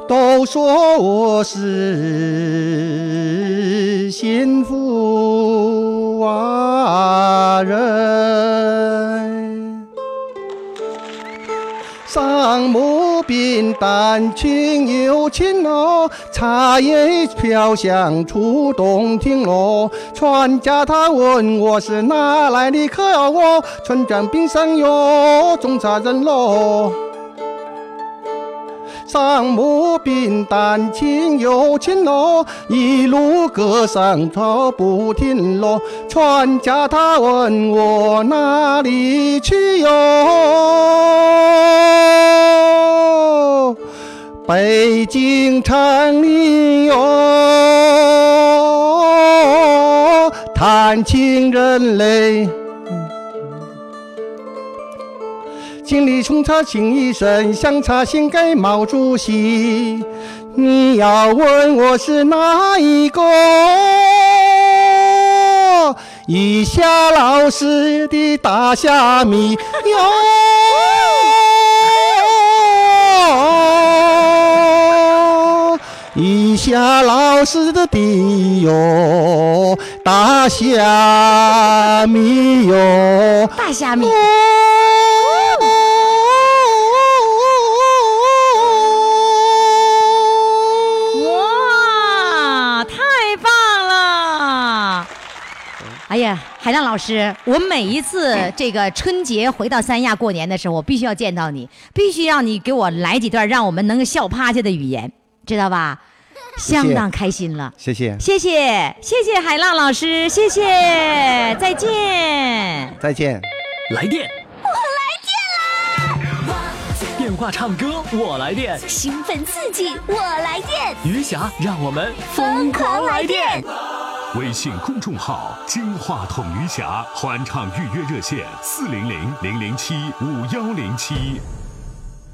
[SPEAKER 8] 都说我是幸福啊人。上母饼淡情又情哦，茶叶飘香触动听哦。船家他问我是哪来的客哦，村长冰山哟，种茶人喽。上母饼丹青又青喽，一路歌声吵不停喽。船家他问我哪里去哟？北京城里哟，弹琴人嘞。经理冲茶请一声，香茶先给毛主席。你要问我是哪一个？以下老师的大虾米哟，以下老师的地哟，大虾米哟。
[SPEAKER 3] 大虾米，哇，太棒了！哎呀，海浪老师，我每一次这个春节回到三亚过年的时候，我必须要见到你，必须让你给我来几段让我们能够笑趴下的语言，知道吧？相当开心了。
[SPEAKER 8] 谢谢，
[SPEAKER 3] 谢谢，谢谢海浪老师，谢谢，再见。
[SPEAKER 8] 再见。
[SPEAKER 1] 来电，我来电啦！电话唱歌，我来电。
[SPEAKER 2] 兴奋刺激，我来电！
[SPEAKER 1] 余霞，让我们
[SPEAKER 2] 疯狂来电！
[SPEAKER 9] 微信公众号“金话筒余霞”欢唱预约热线：四零零零零七五幺零七。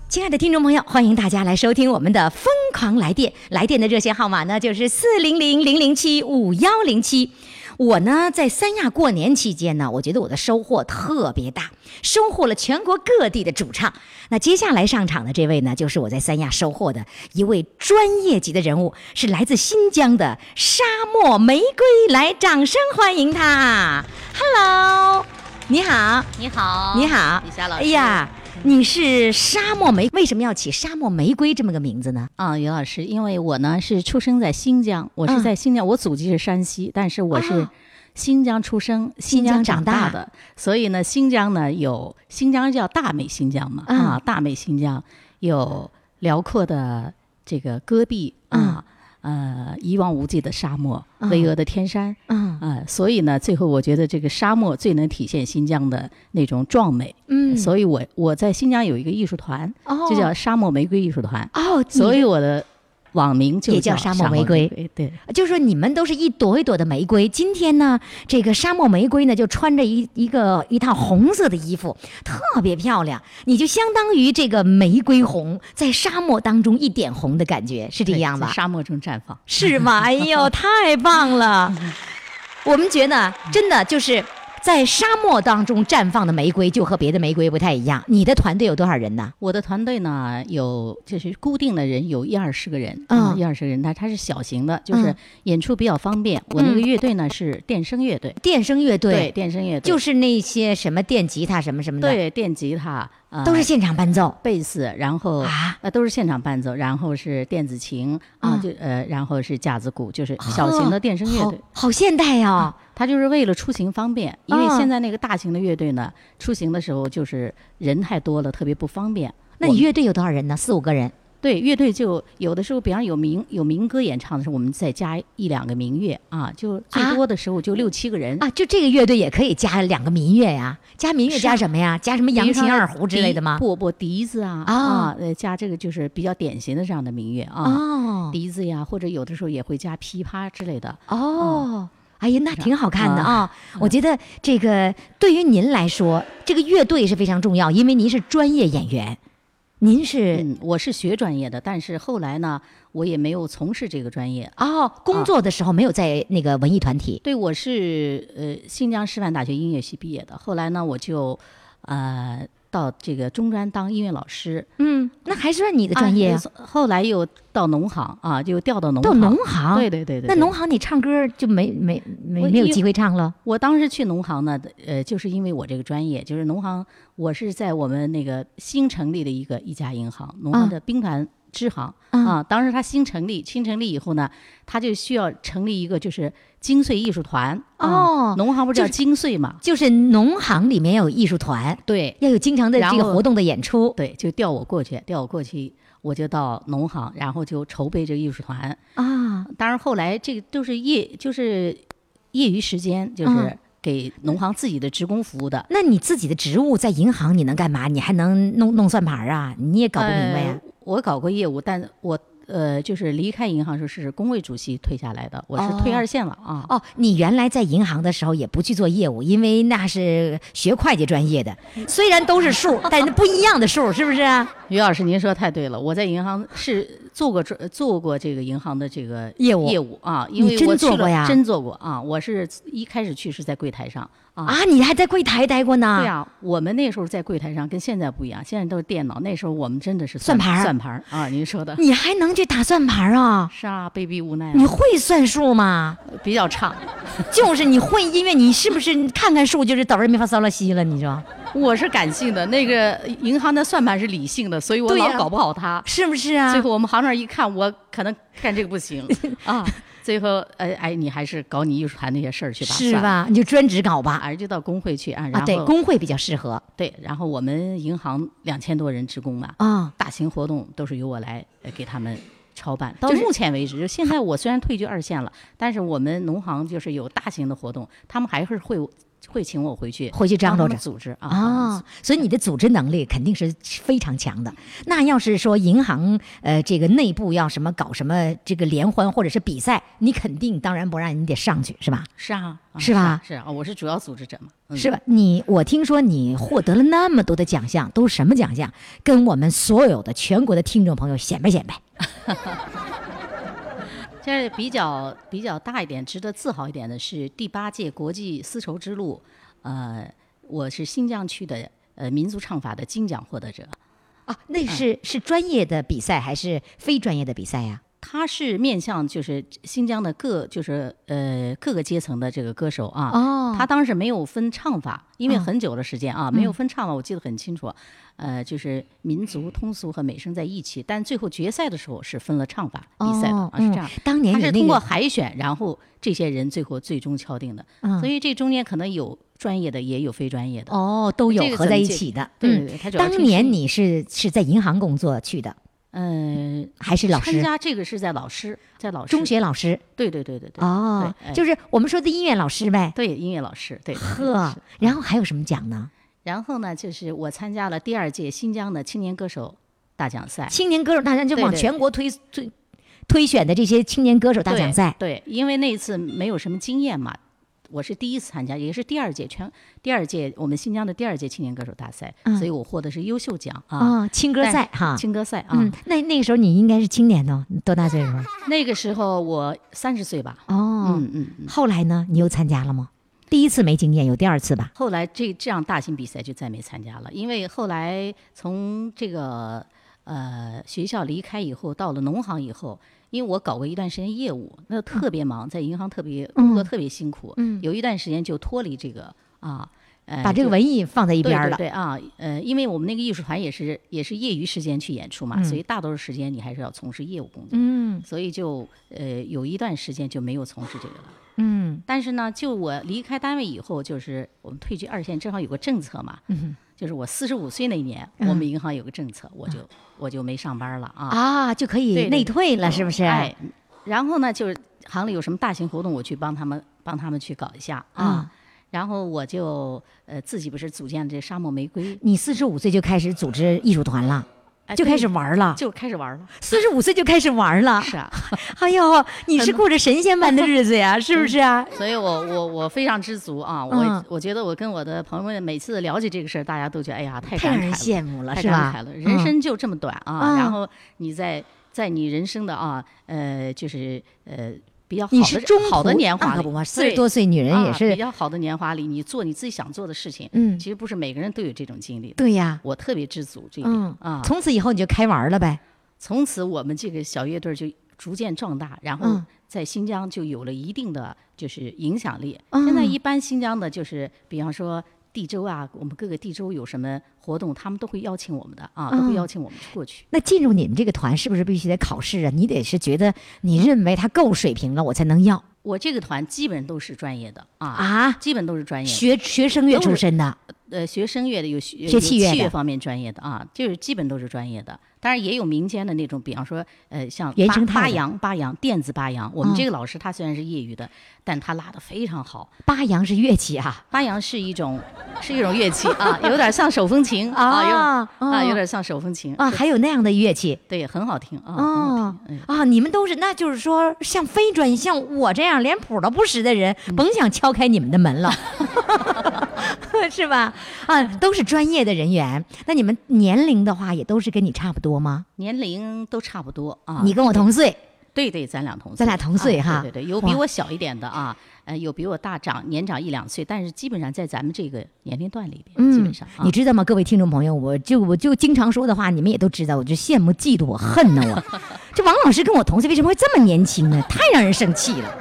[SPEAKER 3] 亲爱的听众朋友，欢迎大家来收听我们的《疯狂来电》，来电的热线号码呢就是四零零零零七五幺零七。我呢在三亚过年期间呢，我觉得我的收获特别大，收获了全国各地的主唱。那接下来上场的这位呢，就是我在三亚收获的一位专业级的人物，是来自新疆的沙漠玫瑰，来，掌声欢迎他。Hello，你好。
[SPEAKER 10] 你好，
[SPEAKER 3] 你好，
[SPEAKER 10] 李霞老师。
[SPEAKER 3] 哎呀，你是沙漠玫，为什么要起沙漠玫瑰这么个名字呢？
[SPEAKER 10] 啊，于老师，因为我呢是出生在新疆，我是
[SPEAKER 3] 嗯
[SPEAKER 10] 在新疆，我祖籍是山西，但是我是
[SPEAKER 3] 啊
[SPEAKER 10] 新疆出生、新
[SPEAKER 3] 疆
[SPEAKER 10] 疆
[SPEAKER 3] 长
[SPEAKER 10] 长
[SPEAKER 3] 大
[SPEAKER 10] 大的，所以呢，新疆呢有新疆叫大美新疆嘛，
[SPEAKER 3] 嗯
[SPEAKER 10] 啊，大美新疆有辽阔的这个戈壁啊，呃，一望无际的沙漠，
[SPEAKER 3] 嗯
[SPEAKER 10] 巍峨的天山，
[SPEAKER 3] 嗯
[SPEAKER 10] 啊、所以呢，最后我觉得这个沙漠最能体现新疆的那种壮美，
[SPEAKER 3] 嗯
[SPEAKER 10] 所以我我在新疆有一个艺术团，
[SPEAKER 3] 哦
[SPEAKER 10] 就叫沙漠玫瑰艺术团，
[SPEAKER 3] 哦，
[SPEAKER 10] 所以我的网名就
[SPEAKER 3] 也叫
[SPEAKER 10] 沙
[SPEAKER 3] 沙漠
[SPEAKER 10] 漠
[SPEAKER 3] 玫瑰
[SPEAKER 10] 瑰，对，
[SPEAKER 3] 你就说你们都是一朵一朵的玫瑰。今天呢，这个沙漠玫瑰呢就穿着一一个一套红色的衣服，特别漂亮，你就相当于这个玫瑰红在沙漠当中一点红的感觉，是这
[SPEAKER 10] 对
[SPEAKER 3] 样吧
[SPEAKER 10] 在？沙漠中绽放。*laughs*
[SPEAKER 3] 是吗？哎呦，太棒了！我们觉得真的就是在沙漠当中绽放的玫瑰，就和别的玫瑰不太一样。你的团队有多少人呢？
[SPEAKER 10] 我的团队呢有就是固定的人有一二十个人，啊
[SPEAKER 3] 嗯
[SPEAKER 10] 一二十个人，但它是小型的，就是
[SPEAKER 3] 嗯
[SPEAKER 10] 演出比较方便。我那个乐队呢是电声乐队，
[SPEAKER 3] 电声乐队
[SPEAKER 10] 电声乐队
[SPEAKER 3] 就是是那些什么电吉他什么什么的，，啊
[SPEAKER 10] 对电吉他，呃、
[SPEAKER 3] 都是现场伴奏。
[SPEAKER 10] 贝斯，然后
[SPEAKER 3] 啊
[SPEAKER 10] 呃都是现场伴奏，然后是电子琴啊
[SPEAKER 3] 嗯，
[SPEAKER 10] 就呃然后是架子鼓，就是小型的电声乐队啊
[SPEAKER 3] 哦。好好现代呀、哦！
[SPEAKER 10] 它就是为了出行方便，因为
[SPEAKER 3] 啊
[SPEAKER 10] 现在那个大型的乐队呢，出行的时候就是人太多了，特别不方便。
[SPEAKER 3] 那你乐队有多少人呢？四五个人。
[SPEAKER 10] 对乐队就有的时候，比方有民有民歌演唱的时候，我们再加一两个民乐啊，就最
[SPEAKER 3] 啊
[SPEAKER 10] 多的时候就六七个人。
[SPEAKER 3] 啊，就这个乐队也可以加两个民乐呀，加民乐
[SPEAKER 10] 是啊
[SPEAKER 3] 加什么呀？加什么
[SPEAKER 10] 比
[SPEAKER 3] 扬
[SPEAKER 10] 如说
[SPEAKER 3] 琴、二胡之类的
[SPEAKER 10] 笛？
[SPEAKER 3] 吗
[SPEAKER 10] 不不，笛子啊
[SPEAKER 3] 啊
[SPEAKER 10] 啊，呃加这个就是比较典型的这样的民乐啊，
[SPEAKER 3] 哦
[SPEAKER 10] 笛子呀，或者有的时候也会加琵琶之类的。
[SPEAKER 3] 哦，哎呀，那挺好看的
[SPEAKER 10] 啊
[SPEAKER 3] 啊！我觉得这个对于您来说，这个乐队是非常重要，因为您是专业演员，您是、
[SPEAKER 10] 嗯，我是学专业的，但是后来呢，我也没有从事这个专业。
[SPEAKER 3] 哦，
[SPEAKER 10] 啊
[SPEAKER 3] 工作的时候没有在那个文艺团体，
[SPEAKER 10] 对，我是呃新疆师范大学音乐系毕业的，后来呢，我就呃到这个中专当音乐老师。
[SPEAKER 3] 嗯，那还算你的专业啊，
[SPEAKER 10] 啊后来又到农行啊，就调到农
[SPEAKER 3] 到
[SPEAKER 10] 行
[SPEAKER 3] 农行。
[SPEAKER 10] 对对对对。
[SPEAKER 3] 那
[SPEAKER 10] 对
[SPEAKER 3] 农行你唱歌就没没没
[SPEAKER 10] 我
[SPEAKER 3] 没有
[SPEAKER 10] 因
[SPEAKER 3] 机会唱了。
[SPEAKER 10] 我当时去农行呢，呃，就是因为我这个专业，就是农行，我是在我们那个新成立的一个一家银行，农行的兵团支行
[SPEAKER 3] 啊
[SPEAKER 10] 当时它新成立，新成立以后呢，它就需要成立一个就是精粹艺术团啊
[SPEAKER 3] 哦
[SPEAKER 10] 农行不是
[SPEAKER 3] 就
[SPEAKER 10] 叫
[SPEAKER 3] 是
[SPEAKER 10] 精粹嘛？
[SPEAKER 3] 就是农行里面有艺术团，
[SPEAKER 10] 对
[SPEAKER 3] 要有经常的
[SPEAKER 10] 然
[SPEAKER 3] 这个
[SPEAKER 10] 后
[SPEAKER 3] 活动的演出
[SPEAKER 10] 对，就调我过去，调我过去，我就到农行，然后就筹备这个艺术团。
[SPEAKER 3] 啊。
[SPEAKER 10] 当然后来这个都是业，就是业余时间，就
[SPEAKER 3] 嗯
[SPEAKER 10] 是给农行自己的职工服务的。
[SPEAKER 3] 那你自己的职务在银行你能干嘛？你还能弄弄算盘啊？你也搞不明白呀、
[SPEAKER 10] 呃我搞过业务，但我呃，就是离开银行时候是工会主席退下来的，我是退
[SPEAKER 3] 哦
[SPEAKER 10] 二线了啊。
[SPEAKER 3] 哦，你原来在银行的时候也不去做业务，因为那是学会计专业的，虽然都是数，但是不一样的数，是不是啊？
[SPEAKER 10] 于老师，您说得太对了，我在银行是做过专做过这个银行的这个
[SPEAKER 3] 业务
[SPEAKER 10] 业务啊，因
[SPEAKER 3] 你
[SPEAKER 10] 为
[SPEAKER 3] 真
[SPEAKER 10] 我去
[SPEAKER 3] 做
[SPEAKER 10] 了
[SPEAKER 3] 过呀
[SPEAKER 10] 真做过啊。我是一开始去是在柜台上啊。
[SPEAKER 3] 啊，你还在柜台待过呢？
[SPEAKER 10] 对啊，我们那时候在柜台上跟现在不一样，现在都是电脑。那时候我们真的是
[SPEAKER 3] 算盘儿
[SPEAKER 10] 算盘儿啊！您说的 *laughs*
[SPEAKER 3] 你还能去打算盘啊？
[SPEAKER 10] 是啊，被逼无奈啊、
[SPEAKER 3] 你会算数吗？
[SPEAKER 10] 比较差。
[SPEAKER 3] 就是你会音乐，你是不是看看数就是哆来咪发嗦拉西了？你说
[SPEAKER 10] 我是感性的，那个银行的算盘是理性的，所以我
[SPEAKER 3] 对
[SPEAKER 10] 老
[SPEAKER 3] 呀
[SPEAKER 10] 搞不好它。
[SPEAKER 3] 是不是啊？
[SPEAKER 10] 最后我们行那儿一看，我可能干这个不
[SPEAKER 3] *laughs*
[SPEAKER 10] 行啊。最后，哎哎，你还是搞你艺术团那些事儿去吧，
[SPEAKER 3] 是
[SPEAKER 10] 算了？
[SPEAKER 3] 吧？你就专职搞吧。
[SPEAKER 10] 啊，就到工会去啊，然
[SPEAKER 3] 啊，
[SPEAKER 10] 后
[SPEAKER 3] 对，工会比较适合
[SPEAKER 10] 对然后我们银行两千多人职工嘛，
[SPEAKER 3] 啊。
[SPEAKER 10] 大型活动都是由我来呃给他们操办。到
[SPEAKER 3] 就是
[SPEAKER 10] 目前为止，就现在我虽然退居二线了，但是我们农行就是有大型的活动，他们还是会会请我回去
[SPEAKER 3] 回去张
[SPEAKER 10] 帮
[SPEAKER 3] 罗
[SPEAKER 10] 他们
[SPEAKER 3] 着
[SPEAKER 10] 组织啊。
[SPEAKER 3] 啊、所以你的组织能力肯定是非常强的。那要是说银行呃这个内部要什么搞什么这个联欢或者是比赛，你肯定当然不让你得上去是吧？
[SPEAKER 10] 是啊，啊
[SPEAKER 3] 是吧
[SPEAKER 10] 是啊，啊我是主要组织者嘛。嗯
[SPEAKER 3] 是吧？你我听说你获得了那么多的奖项，都是什么奖项？跟我们所有的全国的听众朋友显摆显摆。
[SPEAKER 10] 现在比较比较大一点、值得自豪一点的是第八届国际丝绸之路，呃，我是新疆区的呃民族唱法的金奖获得者。
[SPEAKER 3] 啊，那
[SPEAKER 10] 嗯
[SPEAKER 3] 是、是专业的比赛还是非专业的比赛呀、
[SPEAKER 10] 他是面向就是新疆的各就是呃各个阶层的这个歌手啊，
[SPEAKER 3] 哦嗯
[SPEAKER 10] 他当时没有分唱法，因为很久的时间啊，没有分唱法，我记得很清楚，呃，就是民族、通俗和美声在一起，但最后决赛的时候是分了唱法比赛的、
[SPEAKER 3] 哦
[SPEAKER 10] 啊，是
[SPEAKER 3] 嗯
[SPEAKER 10] 这样。
[SPEAKER 3] 当年
[SPEAKER 10] 他
[SPEAKER 3] 你
[SPEAKER 10] 是
[SPEAKER 3] 那
[SPEAKER 10] 通
[SPEAKER 3] 个
[SPEAKER 10] 过海选，然后这些人最后最终敲定的，
[SPEAKER 3] 嗯
[SPEAKER 10] 所以这中间可能有专业的，也有非专业的。
[SPEAKER 3] 哦，都
[SPEAKER 10] 这
[SPEAKER 3] 有
[SPEAKER 10] 个
[SPEAKER 3] 合
[SPEAKER 10] 怎
[SPEAKER 3] 在
[SPEAKER 10] 么
[SPEAKER 3] 一
[SPEAKER 10] 界
[SPEAKER 3] 起的。
[SPEAKER 10] 对对对它
[SPEAKER 3] 嗯，
[SPEAKER 10] 主要
[SPEAKER 3] 当
[SPEAKER 10] 是
[SPEAKER 3] 年
[SPEAKER 10] 是
[SPEAKER 3] 你是是在银行工作去的，
[SPEAKER 10] 嗯，
[SPEAKER 3] 还是老
[SPEAKER 10] 参
[SPEAKER 3] 师？
[SPEAKER 10] 加这个是在老师，在老师
[SPEAKER 3] 中，学老师
[SPEAKER 10] 对对对对对，
[SPEAKER 3] 哦，
[SPEAKER 10] 对哎
[SPEAKER 3] 就是我们说的音乐老师呗。
[SPEAKER 10] 对音乐老师，对。对对
[SPEAKER 3] 呵
[SPEAKER 10] 是，
[SPEAKER 3] 然后还有什么奖呢？
[SPEAKER 10] 然后呢，就是我参加了第二届新疆的青年歌手大奖赛，
[SPEAKER 3] 青年歌手大奖就
[SPEAKER 10] 哎对
[SPEAKER 3] 往
[SPEAKER 10] 对
[SPEAKER 3] 全国推推推选的这些青年歌手大
[SPEAKER 10] 对
[SPEAKER 3] 奖赛。
[SPEAKER 10] 对，因为那一次没有什么经验嘛，我是第一次参加，也是第二届全第二届我们新疆的第二届青年歌手大赛，
[SPEAKER 3] 嗯
[SPEAKER 10] 所以我获得是优秀奖啊，
[SPEAKER 3] 啊，青歌
[SPEAKER 10] 但
[SPEAKER 3] 赛哈。
[SPEAKER 10] 青歌赛啊。
[SPEAKER 3] 嗯，那那个时候你应该是青年呢，你多大岁数啊？
[SPEAKER 10] 那个时候我三十岁吧。
[SPEAKER 3] 哦，
[SPEAKER 10] 嗯嗯嗯。
[SPEAKER 3] 后来呢，你又参加了吗？第一次没经验，有第二次吧？
[SPEAKER 10] 后来这这样大型比赛就再没参加了，因为后来从这个呃学校离开以后，到了农行以后，因为我搞过一段时间业务，那特别忙，在银行特别工作特别辛苦，
[SPEAKER 3] 嗯
[SPEAKER 10] 有一段时间就脱离这个啊，呃，
[SPEAKER 3] 把这个
[SPEAKER 10] 就
[SPEAKER 3] 文艺放在一
[SPEAKER 10] 对
[SPEAKER 3] 边儿了
[SPEAKER 10] 对。对啊，呃，因为我们那个艺术团也是也是业余时间去演出嘛，所以大多数时间你还是要从事业务工作，
[SPEAKER 3] 嗯
[SPEAKER 10] 所以就呃有一段时间就没有从事这个了。
[SPEAKER 3] 嗯
[SPEAKER 10] 但是呢，就我离开单位以后，就是我们退居二线，正好有个政策嘛，
[SPEAKER 3] 嗯
[SPEAKER 10] 就是我四十五岁那年，
[SPEAKER 3] 嗯
[SPEAKER 10] 我们银行有个政策，我就我就没上班了啊。
[SPEAKER 3] 啊，就可
[SPEAKER 10] 对
[SPEAKER 3] 以
[SPEAKER 10] 对
[SPEAKER 3] 内退了，是不是？
[SPEAKER 10] 哎，然后呢，就是行里有什么大型活动，我去帮他们帮他们去搞一下啊。然后我就呃自己不是组建这沙漠玫瑰，
[SPEAKER 3] 你四十五岁就开始组织艺术团了
[SPEAKER 10] 哎
[SPEAKER 3] 就开始玩了，
[SPEAKER 10] 就开始玩了。
[SPEAKER 3] 四十五岁就开始玩了。
[SPEAKER 10] 是啊，
[SPEAKER 3] 哎呦，你是过着神仙般的日子呀，是不
[SPEAKER 10] *laughs*
[SPEAKER 3] 是啊？
[SPEAKER 10] 所以我我我非常知足啊！我、
[SPEAKER 3] 嗯
[SPEAKER 10] 我觉得我跟我的朋友们每次聊起这个事儿，大家都觉得哎呀太
[SPEAKER 3] 太
[SPEAKER 10] 感
[SPEAKER 3] 让
[SPEAKER 10] 慨了。
[SPEAKER 3] 人羡慕了，
[SPEAKER 10] 太
[SPEAKER 3] 是
[SPEAKER 10] 感
[SPEAKER 3] 吧
[SPEAKER 10] 慨了，？人
[SPEAKER 3] 嗯
[SPEAKER 10] 生就这么短啊，
[SPEAKER 3] 嗯
[SPEAKER 10] 然后你在在你人生的啊，呃，就是呃比较好
[SPEAKER 3] 你是
[SPEAKER 10] 的
[SPEAKER 3] 中
[SPEAKER 10] 好的
[SPEAKER 3] 途
[SPEAKER 10] 年
[SPEAKER 3] 啊
[SPEAKER 10] 华
[SPEAKER 3] 可
[SPEAKER 10] 里
[SPEAKER 3] 不嘛，
[SPEAKER 10] 对
[SPEAKER 3] 四十多岁女人也
[SPEAKER 10] 啊比
[SPEAKER 3] 是，
[SPEAKER 10] 较好的年华里，你做你自己想做的事情，
[SPEAKER 3] 嗯
[SPEAKER 10] 其实不是每个人都有这种经历的。
[SPEAKER 3] 对呀，
[SPEAKER 10] 我特别知足这一点
[SPEAKER 3] 嗯
[SPEAKER 10] 啊，
[SPEAKER 3] 从此以后你就开玩了呗，
[SPEAKER 10] 从此我们这个小乐队儿就逐渐壮大，然后
[SPEAKER 3] 嗯
[SPEAKER 10] 在新疆就有了一定的就是影响力。
[SPEAKER 3] 嗯
[SPEAKER 10] 现在一般新疆的就是，比方说地州啊，我们各个地州有什么活动，他们都会邀请我们的啊，都
[SPEAKER 3] 嗯
[SPEAKER 10] 会邀请我们过去。
[SPEAKER 3] 那进入你们这个团是不是必须得考试啊？你得是觉得你认为他够水平了，我才能要
[SPEAKER 10] 我这个团基本都是专业的啊，
[SPEAKER 3] 啊。
[SPEAKER 10] 基本都是专业的
[SPEAKER 3] 学学声乐出身的，
[SPEAKER 10] 呃，学声乐的有学
[SPEAKER 3] 学
[SPEAKER 10] 有
[SPEAKER 3] 器乐的
[SPEAKER 10] 器乐方面专业的啊，就是基本都是专业的。当然也有民间的那种，比方说呃，像
[SPEAKER 3] 原
[SPEAKER 10] 八
[SPEAKER 3] 生态
[SPEAKER 10] 八
[SPEAKER 3] 的
[SPEAKER 10] 扬八扬电子八扬，我们
[SPEAKER 3] 嗯
[SPEAKER 10] 这个老师他虽然是业余的，但他拉的非常好。
[SPEAKER 3] 八扬是乐器啊。
[SPEAKER 10] 八扬是一种是一种乐器
[SPEAKER 3] *laughs*
[SPEAKER 10] 啊，有点像手风琴啊，
[SPEAKER 3] 啊
[SPEAKER 10] 有啊有
[SPEAKER 3] 啊
[SPEAKER 10] 点像手风琴
[SPEAKER 3] 啊，还有那样的乐器
[SPEAKER 10] 对，很好听啊，很好
[SPEAKER 3] 哦啊！你们都是，那就是说，像非专业，像我这样连谱都不识的人，
[SPEAKER 10] 嗯
[SPEAKER 3] 甭想敲开你们的
[SPEAKER 10] *laughs*
[SPEAKER 3] 门了，是吧？啊，都是专业的人员。那你们年龄的话，也都是跟你差不多吗？
[SPEAKER 10] 年龄都差不多啊。
[SPEAKER 3] 你跟我同岁，
[SPEAKER 10] 对对，咱俩同岁，
[SPEAKER 3] 咱俩同岁
[SPEAKER 10] 啊
[SPEAKER 3] 哈
[SPEAKER 10] 对对对，有比
[SPEAKER 3] 哇
[SPEAKER 10] 我小一点的啊，呃，有比我大长年长一两岁，但是基本上在咱们这个年龄段里边，基本上、啊、
[SPEAKER 3] 嗯你知道吗，各位听众朋友，我就我就经常说的话，你们也都知道，我就羡慕、嫉妒、我恨呢。我这王老师跟我同岁，为什么会这么年轻呢？太让人生气了。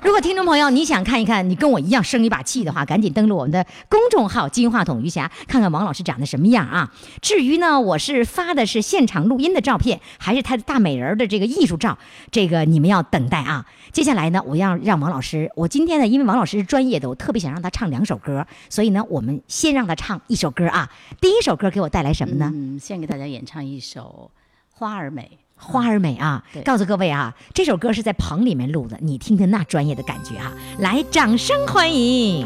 [SPEAKER 3] 如果听众朋友你想看一看，你跟我一样生一把气的话，赶紧登录我们的公众号“金话筒余霞”，看看王老师长得什么样啊。至于呢，我是发的是现场录音的照片，还是他的大美人儿的这个艺术照，这个你们要等待啊。接下来呢，我要让王老师，我今天呢，因为王老师是专业的，我特别想让他唱两首歌，所以呢，我们先让他唱一首歌啊。第一首歌给我带来什么呢？
[SPEAKER 10] 嗯，先给大家演唱一首《花儿美》。
[SPEAKER 3] 花儿美啊
[SPEAKER 10] 对！
[SPEAKER 3] 告诉各位啊，这首歌是在棚里面录的，你听听那专业的感觉啊！来，掌声欢迎！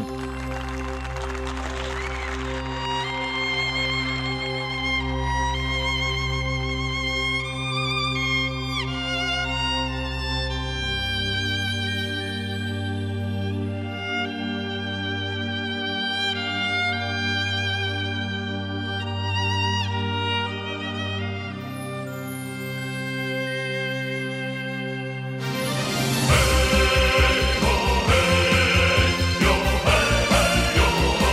[SPEAKER 6] 哟嘿，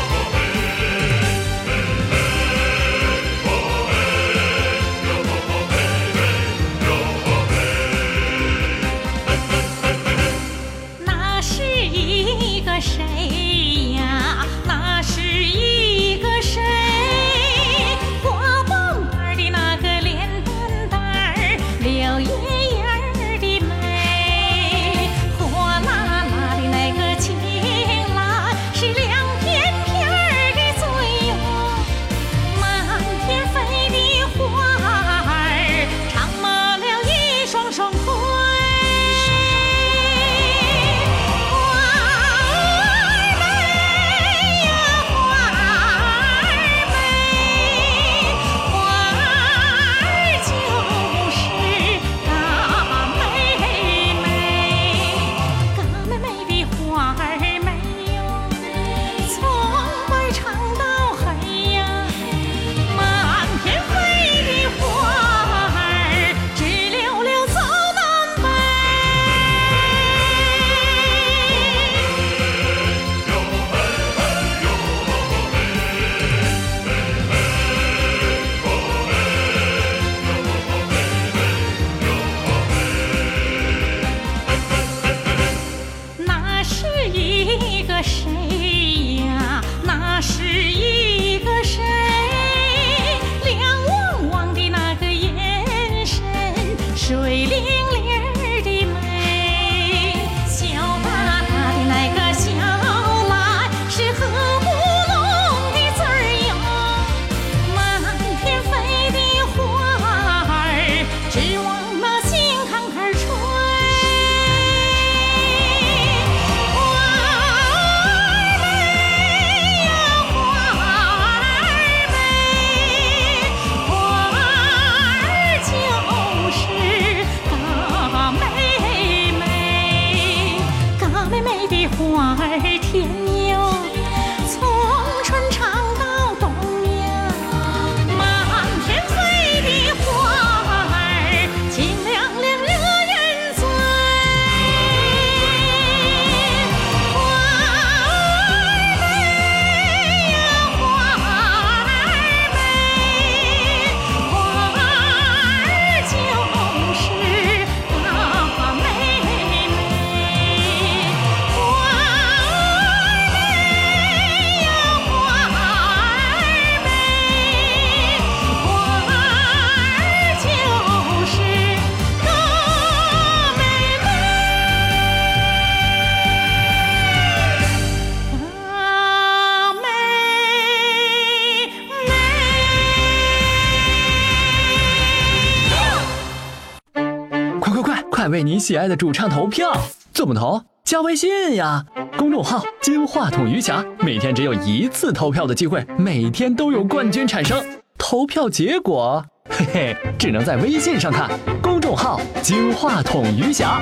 [SPEAKER 1] 快为你喜爱的主唱投票，怎么投？加微信呀，公众号“金话筒余霞”，每天只有一次投票的机会，每天都有冠军产生。投票结果，嘿嘿，只能在微信上看。公众号“金话筒余霞”。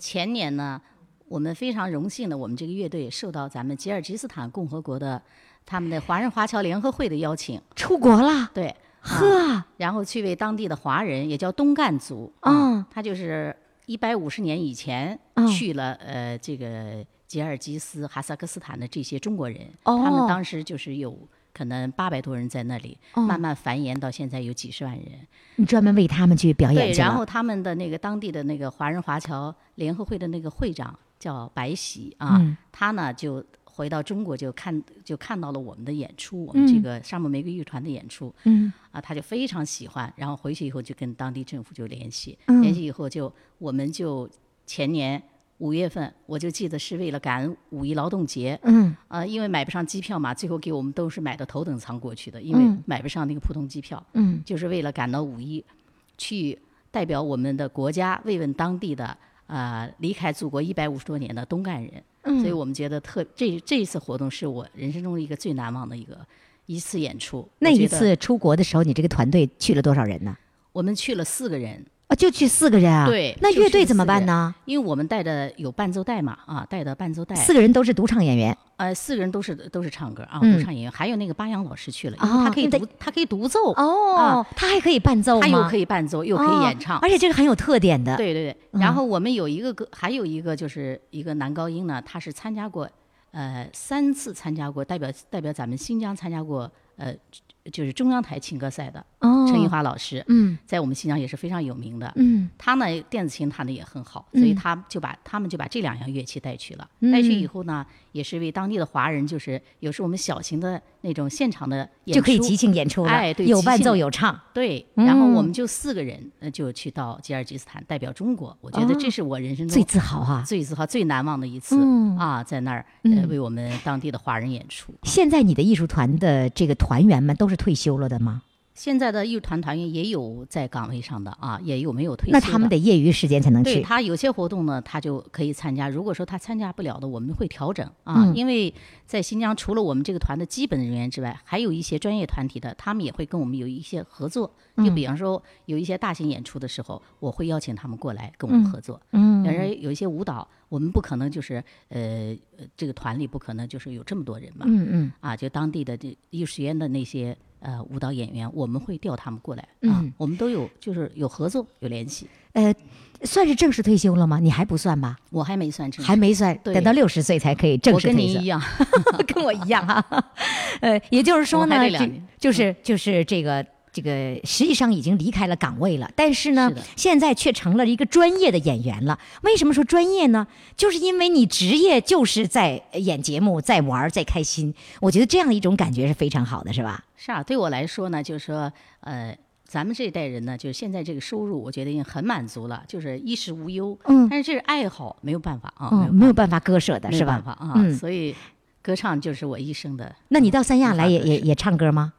[SPEAKER 10] 前年呢，我们非常荣幸的，我们这个乐队受到咱们吉尔吉斯坦共和国的他们的华人华侨联合会的邀请，
[SPEAKER 3] 出国啦，
[SPEAKER 10] 对，啊
[SPEAKER 3] 呵，
[SPEAKER 10] 然后去为当地的华人，也叫东干族，啊
[SPEAKER 3] 嗯
[SPEAKER 10] 他就是一百五十年以前
[SPEAKER 3] 嗯
[SPEAKER 10] 去了、呃这个吉尔吉斯、哈萨克斯坦的这些中国人，
[SPEAKER 3] 哦
[SPEAKER 10] 他们当时就是有可能八百多人在那里，
[SPEAKER 3] 哦
[SPEAKER 10] 慢慢繁衍到现在有几十万人。
[SPEAKER 3] 你专门为他们去表
[SPEAKER 10] 对，
[SPEAKER 3] 演去
[SPEAKER 10] 然
[SPEAKER 3] 了
[SPEAKER 10] 后。他们的那个当地的那个华人华侨联合会的那个会长叫白喜啊，
[SPEAKER 3] 嗯
[SPEAKER 10] 他呢就回到中国就看就看到了我们的演出，我们这
[SPEAKER 3] 嗯
[SPEAKER 10] 个沙漠玫瑰乐团的演出，
[SPEAKER 3] 嗯，
[SPEAKER 10] 啊，他就非常喜欢，然后回去以后就跟当地政府就联系，
[SPEAKER 3] 嗯
[SPEAKER 10] 联系以后就我们就前年五月份，我就记得是为了赶五一劳动节，
[SPEAKER 3] 嗯，
[SPEAKER 10] 呃，因为买不上机票嘛，最后给我们都是买的头等舱过去的，因为
[SPEAKER 3] 嗯
[SPEAKER 10] 买不上那个普通机票，
[SPEAKER 3] 嗯，
[SPEAKER 10] 就是为了赶到五一，去代表我们的国家慰问当地的呃离开祖国一百五十多年的东干人，嗯，所以我们觉得特这这一次活动是我人生中一个最难忘的一个一次演出，
[SPEAKER 3] 那
[SPEAKER 10] 我觉
[SPEAKER 3] 一
[SPEAKER 10] 得
[SPEAKER 3] 次出国的时候，你这个团队去了多少人呢？
[SPEAKER 10] 我们去了四个人，
[SPEAKER 3] 啊，就去四个人啊？
[SPEAKER 10] 对
[SPEAKER 3] 那
[SPEAKER 10] 就
[SPEAKER 3] 乐队
[SPEAKER 10] 去
[SPEAKER 3] 怎么
[SPEAKER 10] 四个
[SPEAKER 3] 办
[SPEAKER 10] 人
[SPEAKER 3] 呢？
[SPEAKER 10] 因为我们带的有伴奏带嘛，啊，带的伴奏带，
[SPEAKER 3] 四个人都是独唱演员，
[SPEAKER 10] 呃，四个人都是都是唱歌啊，
[SPEAKER 3] 嗯
[SPEAKER 10] 独唱演员，还有那个巴扬老师去了，因
[SPEAKER 3] 哦
[SPEAKER 10] 为他可以
[SPEAKER 3] 那
[SPEAKER 10] 独，他可以独奏，
[SPEAKER 3] 哦
[SPEAKER 10] 啊，
[SPEAKER 3] 他还可以伴奏吗？
[SPEAKER 10] 他又可
[SPEAKER 3] 以
[SPEAKER 10] 以伴奏，又可以演唱
[SPEAKER 3] 而，且嗯这个很有特点的。，
[SPEAKER 10] 对对对。然后我们有一个歌，还有一个就是一个男高音呢，他是参加过，呃，三次参加过，代表代表咱们新疆参加过，呃，就是中央台情歌赛的
[SPEAKER 3] 哦，
[SPEAKER 10] 陈玉华老师，
[SPEAKER 3] 嗯
[SPEAKER 10] 在我们新疆也是非常有名的，
[SPEAKER 3] 嗯
[SPEAKER 10] 他呢电子琴弹的也很好，所以
[SPEAKER 3] 嗯
[SPEAKER 10] 他就把他们就把这两样乐器带去了。带去以后呢，也是为当地的华人，就是有时候我们小型的那种现场的演出
[SPEAKER 3] 就可以即兴演出了，
[SPEAKER 10] 哎对
[SPEAKER 3] 有
[SPEAKER 10] 即
[SPEAKER 3] 伴奏
[SPEAKER 10] 兴
[SPEAKER 3] 有唱。
[SPEAKER 10] 对，然后
[SPEAKER 3] 嗯
[SPEAKER 10] 我们就四个人，呃就去到吉尔吉斯坦代表中国。我觉得这是我人生中
[SPEAKER 3] 哦最自豪啊
[SPEAKER 10] 最自豪、最难忘的一次
[SPEAKER 3] 嗯
[SPEAKER 10] 啊，在那儿呃
[SPEAKER 3] 嗯
[SPEAKER 10] 为我们当地的华人演出。
[SPEAKER 3] 现在你的艺术团的这个团员们都是退休了的吗？
[SPEAKER 10] 现在的艺术团团员也有在岗位上的啊，也有没有退休
[SPEAKER 3] 那
[SPEAKER 10] 的。
[SPEAKER 3] 他们得业余时间才能
[SPEAKER 10] 对
[SPEAKER 3] 去。
[SPEAKER 10] 他有些活动呢，他就可以参加。如果说他参加不了的，我们会调整啊，
[SPEAKER 3] 嗯
[SPEAKER 10] 因为在新疆除了我们这个团的基本人员之外，还有一些专业团体的，他们也会跟我们有一些合作。
[SPEAKER 3] 嗯
[SPEAKER 10] 就比方说有一些大型演出的时候，我会邀请他们过来跟我们合作。
[SPEAKER 3] 嗯
[SPEAKER 10] 有人有一些舞蹈，我们不可能就是呃，呃这个团里不可能就是有这么多人嘛，
[SPEAKER 3] 嗯嗯
[SPEAKER 10] 啊，就当地的这艺术学院的那些呃舞蹈演员，我们会调他们过来啊，
[SPEAKER 3] 嗯
[SPEAKER 10] 我们都有就是有合作有联系。
[SPEAKER 3] 呃，算是正式退休了吗？你还不算吧？
[SPEAKER 10] 我还没算成，
[SPEAKER 3] 还没算，
[SPEAKER 10] 嗯对
[SPEAKER 3] 等到六十岁才可以正
[SPEAKER 10] 我
[SPEAKER 3] 式
[SPEAKER 10] 跟
[SPEAKER 3] 退
[SPEAKER 10] 您
[SPEAKER 3] 休
[SPEAKER 10] 一。样，
[SPEAKER 3] *laughs*
[SPEAKER 10] *laughs*
[SPEAKER 3] 跟我一样哈、 *laughs* 呃，也就是说
[SPEAKER 10] 我还
[SPEAKER 3] 呢，
[SPEAKER 10] 得两
[SPEAKER 3] 就
[SPEAKER 10] 年嗯
[SPEAKER 3] 就是就是这个这个，实际上已经离开了岗位了，但是呢
[SPEAKER 10] 是的，
[SPEAKER 3] 现在却成了一个专业的演员了。为什么说专业呢？就是因为你职业就是在演节目，在玩儿，在开心。我觉得这样的一种感觉是非常好的，是吧？
[SPEAKER 10] 是啊，对我来说呢，就是说，呃，咱们这一代人呢，就是现在这个收入，我觉得已经很满足了，就是衣食无忧。
[SPEAKER 3] 嗯
[SPEAKER 10] 但是这是爱好，没有办法啊，
[SPEAKER 3] 嗯，没有办法割舍的，
[SPEAKER 10] 没
[SPEAKER 3] 是
[SPEAKER 10] 有
[SPEAKER 3] 吧
[SPEAKER 10] 办？法啊。
[SPEAKER 3] 嗯，
[SPEAKER 10] 所以，歌唱就是我一生的
[SPEAKER 3] 那你到三亚来也
[SPEAKER 10] 没法割
[SPEAKER 3] 也
[SPEAKER 10] 舍
[SPEAKER 3] 也唱歌吗？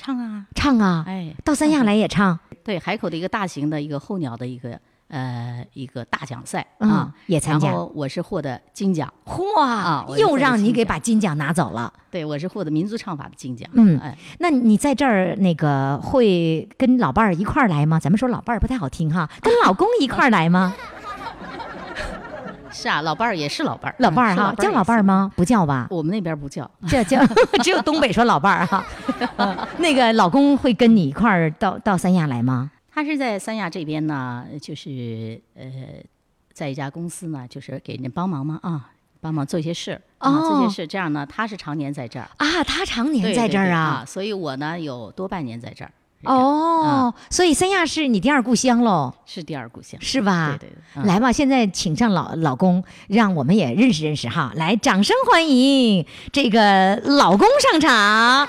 [SPEAKER 10] 唱啊，
[SPEAKER 3] 唱啊，
[SPEAKER 10] 哎，
[SPEAKER 3] 到三亚来也唱，
[SPEAKER 10] 对海口的一个大型的一个候鸟的一个呃一个大奖赛
[SPEAKER 3] 嗯
[SPEAKER 10] 啊，，
[SPEAKER 3] 也参加
[SPEAKER 10] 然。后我是获得金奖，啊
[SPEAKER 3] 嚯
[SPEAKER 10] 我，就
[SPEAKER 3] 又
[SPEAKER 10] 获得
[SPEAKER 3] 让你
[SPEAKER 10] 金
[SPEAKER 3] 给
[SPEAKER 10] 奖
[SPEAKER 3] 把金奖拿走了。
[SPEAKER 10] 对我是获得民族唱法的金奖。
[SPEAKER 3] 嗯
[SPEAKER 10] 哎，
[SPEAKER 3] 那你在这儿那个会跟老伴儿一块儿来吗？咱们说老伴儿不太好听 *laughs* 哈，跟老公一块儿来 *laughs* 吗？
[SPEAKER 10] 是啊，老伴儿也是老伴儿，嗯
[SPEAKER 3] 老伴儿
[SPEAKER 10] 是
[SPEAKER 3] 哈，叫
[SPEAKER 10] 也
[SPEAKER 3] 老伴儿
[SPEAKER 10] 是？
[SPEAKER 3] 吗？不叫 *laughs* 吧，
[SPEAKER 10] 我们那边不叫，
[SPEAKER 3] 这叫只有东北说老伴儿哈。嗯那个老公会跟你一块儿到到三亚来吗？
[SPEAKER 10] 他是在三亚这边呢，就是呃，在一家公司呢，就是给人家帮忙嘛啊，帮忙做一些事儿啊，做
[SPEAKER 3] 哦
[SPEAKER 10] 些事。这样呢，他是常年在这儿，
[SPEAKER 3] 啊，他常
[SPEAKER 10] 对
[SPEAKER 3] 年在
[SPEAKER 10] 对
[SPEAKER 3] 这儿
[SPEAKER 10] 对
[SPEAKER 3] 啊。
[SPEAKER 10] 所以我呢有多半年在这儿。是这样，
[SPEAKER 3] 哦，所以三亚是你第二故乡喽，
[SPEAKER 10] 是第二故乡，
[SPEAKER 3] 是吧？
[SPEAKER 10] 对对对，嗯
[SPEAKER 3] 来吧，现在请上老老公，让我们也认识认识哈。来，掌声欢迎这个老公上场。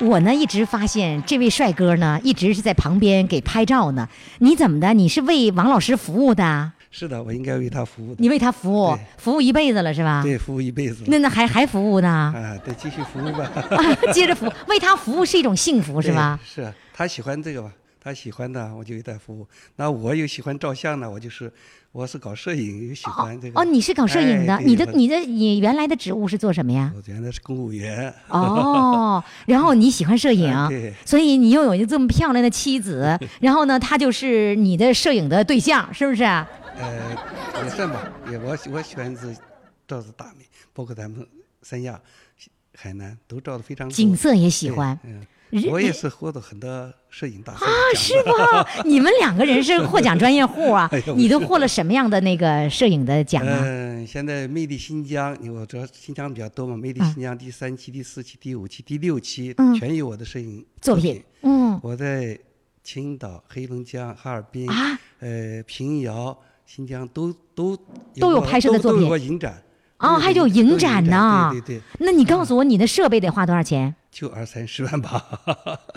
[SPEAKER 3] 我呢一直发现这位帅哥呢一直是在旁边给拍照呢。你怎么的？你是为王老师服务的啊？
[SPEAKER 6] 是的，我应该为他服务的。
[SPEAKER 3] 你为他服务
[SPEAKER 6] 对，
[SPEAKER 3] 服务一辈子了是吧？
[SPEAKER 6] 对服务一辈子了
[SPEAKER 3] 那那还还服务呢？ *laughs*
[SPEAKER 6] 啊，得继续服务吧， *laughs*
[SPEAKER 3] 接着服务，为他服务是一种幸福是吧？
[SPEAKER 6] 对？是啊，他喜欢这个吧？他他喜欢的我就为他服务。那我有喜欢照相的，我就是我是搞摄影，有喜欢这个。
[SPEAKER 3] 哦，你是搞摄影的，
[SPEAKER 6] 哎对
[SPEAKER 3] 你的
[SPEAKER 6] 我
[SPEAKER 3] 你的你原来的职务是做什么呀？
[SPEAKER 6] 我原来是公务员。
[SPEAKER 3] 哦，然后你喜欢摄影，
[SPEAKER 6] 哎 *laughs* 对
[SPEAKER 3] 所以你又有一个这么漂亮的
[SPEAKER 6] *laughs*
[SPEAKER 3] 妻子，然后呢，她就是你的摄影的对象，是不啊是？
[SPEAKER 6] 呃，也算吧，也我喜我喜欢是照着大美，包括咱们三亚、海南都照的非常多
[SPEAKER 3] 景色也喜
[SPEAKER 6] 对
[SPEAKER 3] 欢
[SPEAKER 6] 嗯
[SPEAKER 3] 人，
[SPEAKER 6] 我也是获得很多摄影大赛
[SPEAKER 3] 啊，是吗？
[SPEAKER 6] *laughs*
[SPEAKER 3] 你们两个人是获奖专业户啊
[SPEAKER 6] 哎呦，
[SPEAKER 3] 你都获了什么样的那个摄影的奖啊？
[SPEAKER 6] 嗯、现在魅力新疆，因为我主要新疆比较多嘛，魅力
[SPEAKER 3] 嗯
[SPEAKER 6] 新疆第三期、第四期、第五期、第六期、
[SPEAKER 3] 嗯
[SPEAKER 6] 全有我的摄影
[SPEAKER 3] 作
[SPEAKER 6] 品
[SPEAKER 3] 品。，嗯，
[SPEAKER 6] 我在青岛、黑龙江、哈尔滨、
[SPEAKER 3] 啊
[SPEAKER 6] 呃平遥、新疆都都
[SPEAKER 3] 都有
[SPEAKER 6] 过
[SPEAKER 3] 拍摄的
[SPEAKER 6] 都
[SPEAKER 3] 作
[SPEAKER 6] 都
[SPEAKER 3] 品
[SPEAKER 6] 有过影展
[SPEAKER 3] 啊
[SPEAKER 6] 都
[SPEAKER 3] 还有
[SPEAKER 6] 影
[SPEAKER 3] 影
[SPEAKER 6] 都有
[SPEAKER 3] 展
[SPEAKER 6] 展
[SPEAKER 3] 呢
[SPEAKER 6] 对嗯对对，
[SPEAKER 3] 那你告诉我，你的设备得花多少钱？
[SPEAKER 6] 就二三十万吧，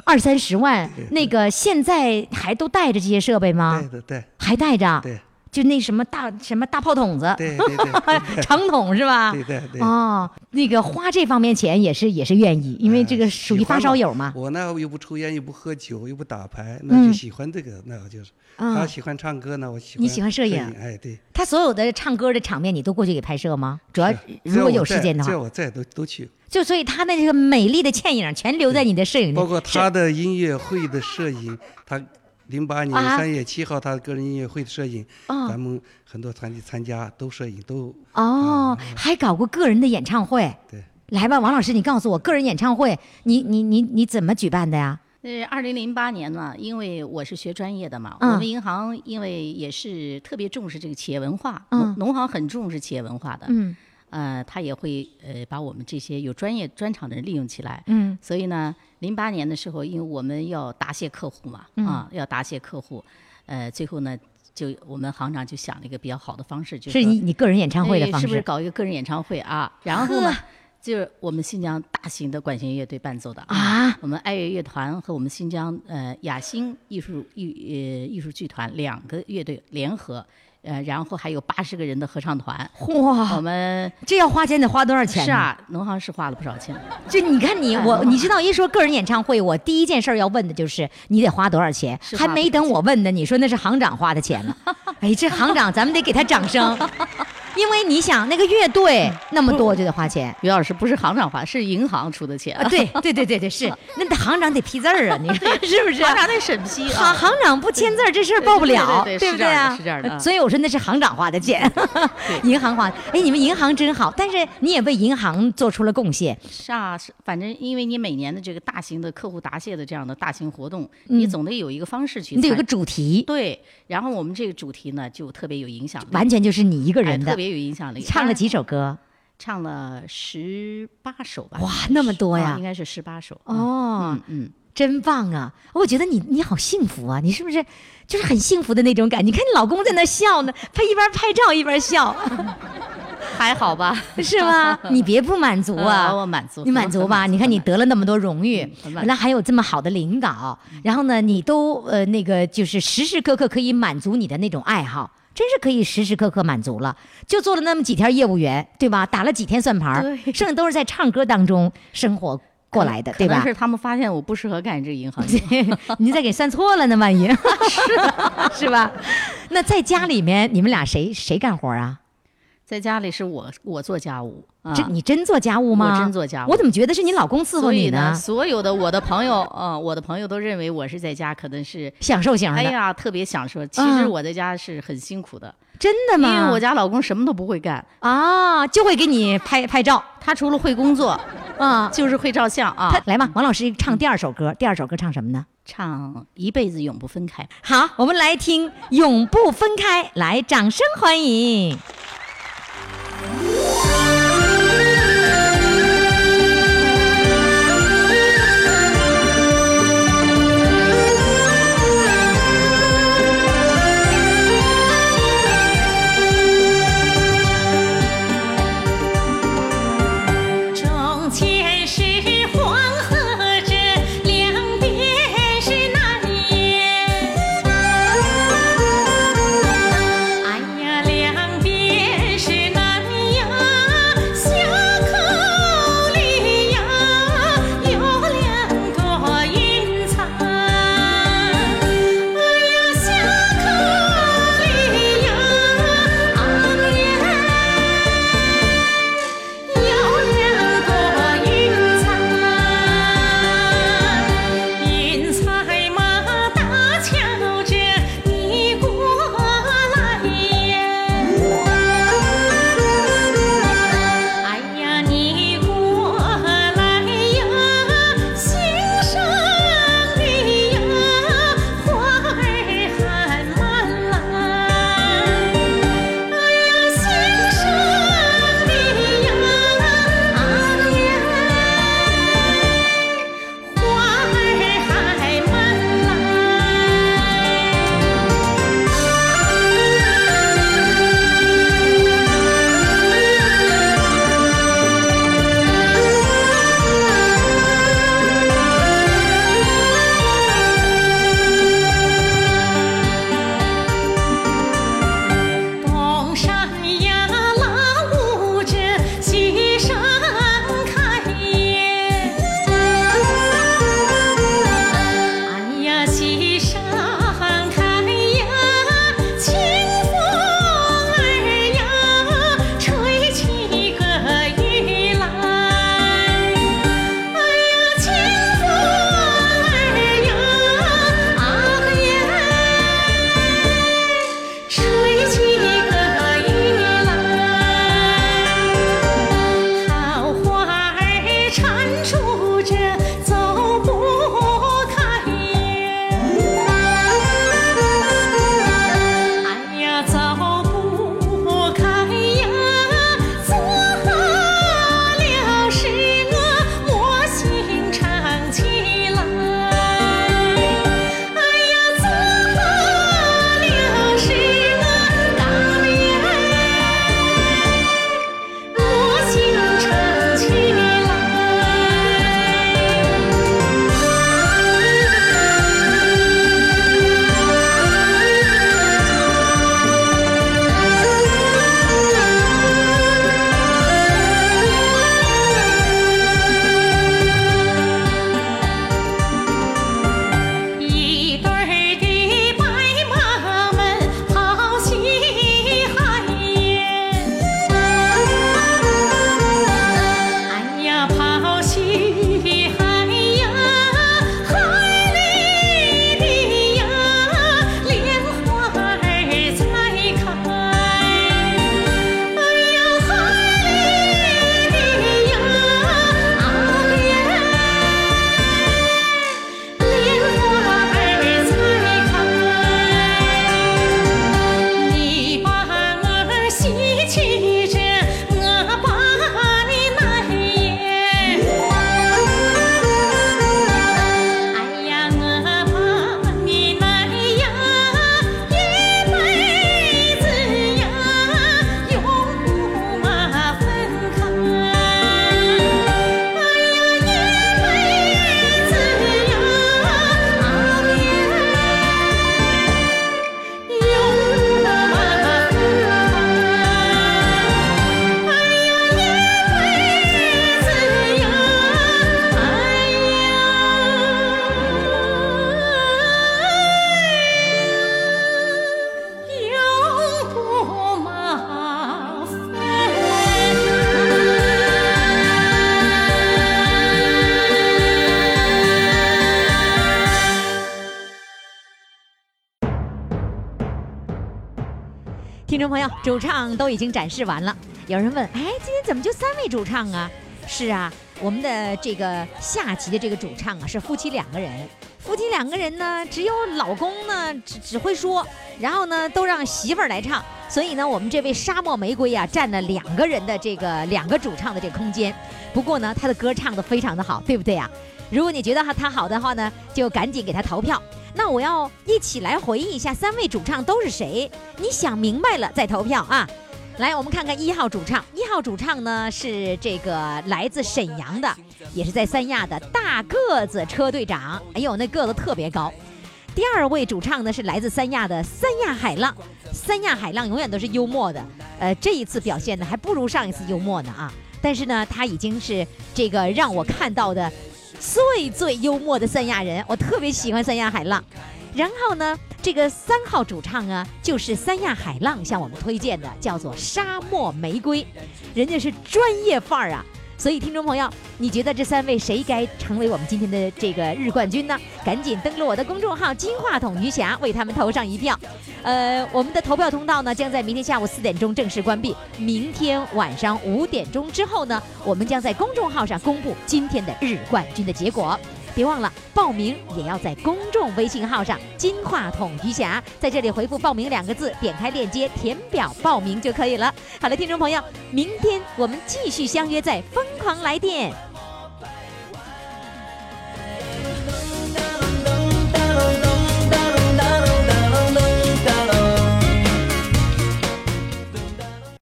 [SPEAKER 3] 二三十万，那个现在还都带着这些设备吗
[SPEAKER 6] 对？的对
[SPEAKER 3] 还带着，
[SPEAKER 6] 对
[SPEAKER 3] 就那什么大什么大炮筒子，哎
[SPEAKER 6] 对对对
[SPEAKER 3] 长筒是吧？
[SPEAKER 6] 对对对。
[SPEAKER 3] 哦，那个花这方面钱也是也是愿意，因为
[SPEAKER 6] 呃
[SPEAKER 3] 这个属于
[SPEAKER 6] 喜欢
[SPEAKER 3] 发烧友
[SPEAKER 6] 嘛
[SPEAKER 3] 嘛。
[SPEAKER 6] 我呢又不抽烟，又不喝酒，又不打牌，那就
[SPEAKER 3] 嗯
[SPEAKER 6] 喜欢这个，那我就是。
[SPEAKER 3] 嗯
[SPEAKER 6] 他喜欢唱歌呢，我喜欢。
[SPEAKER 3] 你喜欢摄
[SPEAKER 6] 摄
[SPEAKER 3] 影
[SPEAKER 6] 哎，对。
[SPEAKER 3] 他所有的唱歌的场面，你都过去给拍摄吗？主要
[SPEAKER 6] 只
[SPEAKER 3] 如
[SPEAKER 6] 要
[SPEAKER 3] 果
[SPEAKER 6] 我
[SPEAKER 3] 有时
[SPEAKER 6] 在
[SPEAKER 3] 间的
[SPEAKER 6] 只要
[SPEAKER 3] 话，
[SPEAKER 6] 我在都都去，
[SPEAKER 3] 就所以他的这个美丽的倩影全留在你的摄影里，
[SPEAKER 6] 包括
[SPEAKER 3] 嗯是
[SPEAKER 6] 他的音乐会的摄影，他零八年
[SPEAKER 3] 啊
[SPEAKER 6] 三月七号他的个人音乐会的摄影，
[SPEAKER 3] 哦
[SPEAKER 6] 咱们很多团体参加都摄影都
[SPEAKER 3] 哦，还搞过个人的演唱会。
[SPEAKER 6] 对。
[SPEAKER 3] 来吧，王老师，你告诉我，个人演唱会，你你你你怎么举办的呀？
[SPEAKER 10] 呃，二零零八年呢，因为我是学专业的嘛，
[SPEAKER 3] 嗯
[SPEAKER 10] 我们银行因为也是特别重视这个企业文化，
[SPEAKER 3] 嗯
[SPEAKER 10] 农农行很重视企业文化的，
[SPEAKER 3] 嗯
[SPEAKER 10] 呃，他也会呃把我们这些有专业专长的人利用起来。
[SPEAKER 3] 嗯
[SPEAKER 10] 所以呢，零八年的时候，因为我们要答谢客户嘛，
[SPEAKER 3] 嗯
[SPEAKER 10] 啊，要答谢客户，呃，最后呢，就我们行长就想了一个比较好的方式，就是说
[SPEAKER 3] 你你个人演唱会的
[SPEAKER 10] 哎
[SPEAKER 3] 方式，
[SPEAKER 10] 是不是搞一个个人演唱会啊？然后呢， *laughs* 就是我们新疆大型的管弦乐队伴奏的
[SPEAKER 3] 啊，
[SPEAKER 10] 我们爱乐乐团和我们新疆呃雅兴艺术艺呃艺术剧团两个乐队联合，呃，然后还有八十个人的合唱团，
[SPEAKER 3] 哇，
[SPEAKER 10] 我们。
[SPEAKER 3] 这要花钱得花多少钱？
[SPEAKER 10] 是，啊，农行是花了不少钱。
[SPEAKER 3] 就你看你
[SPEAKER 10] 哎
[SPEAKER 3] 我，你知道一说个人演唱会，我第一件事儿要问的就是你得花多少钱，
[SPEAKER 10] 是花
[SPEAKER 3] 还
[SPEAKER 10] 不
[SPEAKER 3] 没
[SPEAKER 10] 少
[SPEAKER 3] 等我问呢，你说那是行长花的钱
[SPEAKER 10] *laughs*
[SPEAKER 3] 了。哎，这行长咱们得给他掌声，因为你想那个乐队
[SPEAKER 10] 嗯
[SPEAKER 3] 那么多就得花钱。
[SPEAKER 10] 于老师不是行长花，是银行出的钱。
[SPEAKER 3] 啊，对对对对
[SPEAKER 10] *laughs*
[SPEAKER 3] 对，是那得行长得批字儿啊，你说是不是？
[SPEAKER 10] 行长得审批啊
[SPEAKER 3] *laughs* 行行长不签字儿，这事儿报不了，
[SPEAKER 10] 对对对对
[SPEAKER 3] 不对啊？
[SPEAKER 10] 是这样的是这样的嗯
[SPEAKER 3] 所以我说那是行长花的钱， *laughs* 银行花。哎，你们银行真好，但是你也为银行做出了贡献。
[SPEAKER 10] 是啊，是反正因为你每年的这个大型的客户答谢的这样的大型活动，
[SPEAKER 3] 嗯
[SPEAKER 10] 你总得有一个方式去参。
[SPEAKER 3] 你得有个主题，
[SPEAKER 10] 对，然后我们这个主题呢就特别有影响力，
[SPEAKER 3] 完全就是你一个
[SPEAKER 10] 哎
[SPEAKER 3] 人的，
[SPEAKER 10] 特别有影响力。
[SPEAKER 3] 唱了几
[SPEAKER 10] 当
[SPEAKER 3] 首歌？
[SPEAKER 10] 然？唱了十八首吧。
[SPEAKER 3] 哇那么多呀
[SPEAKER 10] 啊应该是十八首。嗯，
[SPEAKER 3] 哦，
[SPEAKER 10] 嗯嗯，
[SPEAKER 3] 真棒啊！我觉得你你好幸福啊，你是不是就是很幸福的那种感？你看你老公在那笑呢，他一边拍照一边笑，
[SPEAKER 10] 还好吧？
[SPEAKER 3] 是吗？你别不满足啊！
[SPEAKER 10] 啊我满足
[SPEAKER 3] 你满足
[SPEAKER 10] 很
[SPEAKER 3] 吧？
[SPEAKER 10] 满足
[SPEAKER 3] 你看你得了那么多荣誉
[SPEAKER 10] 嗯，很满足
[SPEAKER 3] 原来还有这么好的领导，然后呢，你都呃那个就是时时刻刻可以满足你的那种爱好。真是可以时时刻刻满足了，就做了那么几天业务员，对吧？打了几天算盘儿，
[SPEAKER 10] 对
[SPEAKER 3] 剩下都是在唱歌当中生活过来的，对吧？
[SPEAKER 10] 可能是他们发现我不适合干这
[SPEAKER 3] *laughs*
[SPEAKER 10] 银行业。 *laughs*
[SPEAKER 3] 您再给算错了呢，万一是是吧？那在家里面，你们俩谁谁干活啊？
[SPEAKER 10] 在家里是我我做家务啊，
[SPEAKER 3] 这你真做家务吗？
[SPEAKER 10] 我真做家务
[SPEAKER 3] 我怎么觉得是你老公伺候
[SPEAKER 10] 所以
[SPEAKER 3] 你
[SPEAKER 10] 呢，
[SPEAKER 3] 呢？
[SPEAKER 10] 所有的我的朋友，啊，我的朋友都认为我是在家可能是。
[SPEAKER 3] 享受型的，
[SPEAKER 10] 哎呀，特别想说，其实我在家是很辛苦的，
[SPEAKER 3] 真的
[SPEAKER 10] 因
[SPEAKER 3] 嗯吗？
[SPEAKER 10] 为我家老公什么都不会干，
[SPEAKER 3] 啊，就会给你拍拍照
[SPEAKER 10] 他除了会工作，
[SPEAKER 3] 啊。
[SPEAKER 10] 就是会照相 *laughs* 啊嗯
[SPEAKER 3] 他。来吧，王老师唱第二首歌，第二首歌唱什么呢？
[SPEAKER 10] 唱一辈子永不分开。
[SPEAKER 3] 好，我们来听《永不分开》，来，掌声欢迎。
[SPEAKER 11] 中间是黄河这两边是南燕。哎呀，两边
[SPEAKER 6] 哎哎哎哎哎哎啊
[SPEAKER 3] 听众朋友，主唱都已经展示完了。有人问，哎，今天怎么就三位主唱啊？是啊，我们的这个下棋的这个主唱啊，是夫妻两个人。夫妻两个人呢，只有老公呢只只会说，然后呢都让媳妇儿来唱。所以呢，我们这位沙漠玫瑰啊，占了两个人的这个两个主唱的这个空间。不过呢，他的歌唱得非常的好，对不对啊？如果你觉得他他好的话呢，就赶紧给他投票。那我要一起来回忆一下三位主唱都是谁，你想明白了再投票啊。来，我们看看一号主唱。一号主唱呢是这个来自沈阳的，也是在三亚的大个子车队长。哎呦，那个子特别高。第二位主唱呢是来自三亚的三亚海浪。三亚海浪永远都是幽默的，呃，这一次表现的还不如上一次幽默呢啊。但是呢，他已经是这个让我看到的最最幽默的三亚人，我特别喜欢三亚海浪。然后呢，这个三号主唱啊，就是三亚海浪向我们推荐的，叫做沙漠玫瑰，人家是专业范儿啊。所以，听众朋友，你觉得这三位谁该成为我们今天的这个日冠军呢？赶紧登录我的公众号“金话筒余霞”，为他们投上一票。呃，我们的投票通道呢，将在明天下午四点钟正式关闭。明天晚上五点钟之后呢，我们将在公众号上公布今天的日冠军的结果。别忘了报名也要在公众微信号上“金话筒余霞”，在这里回复“报名”两个字，点开链接填表报名就可以了。好了，听众朋友，明天我们继续相约在《疯狂来电》。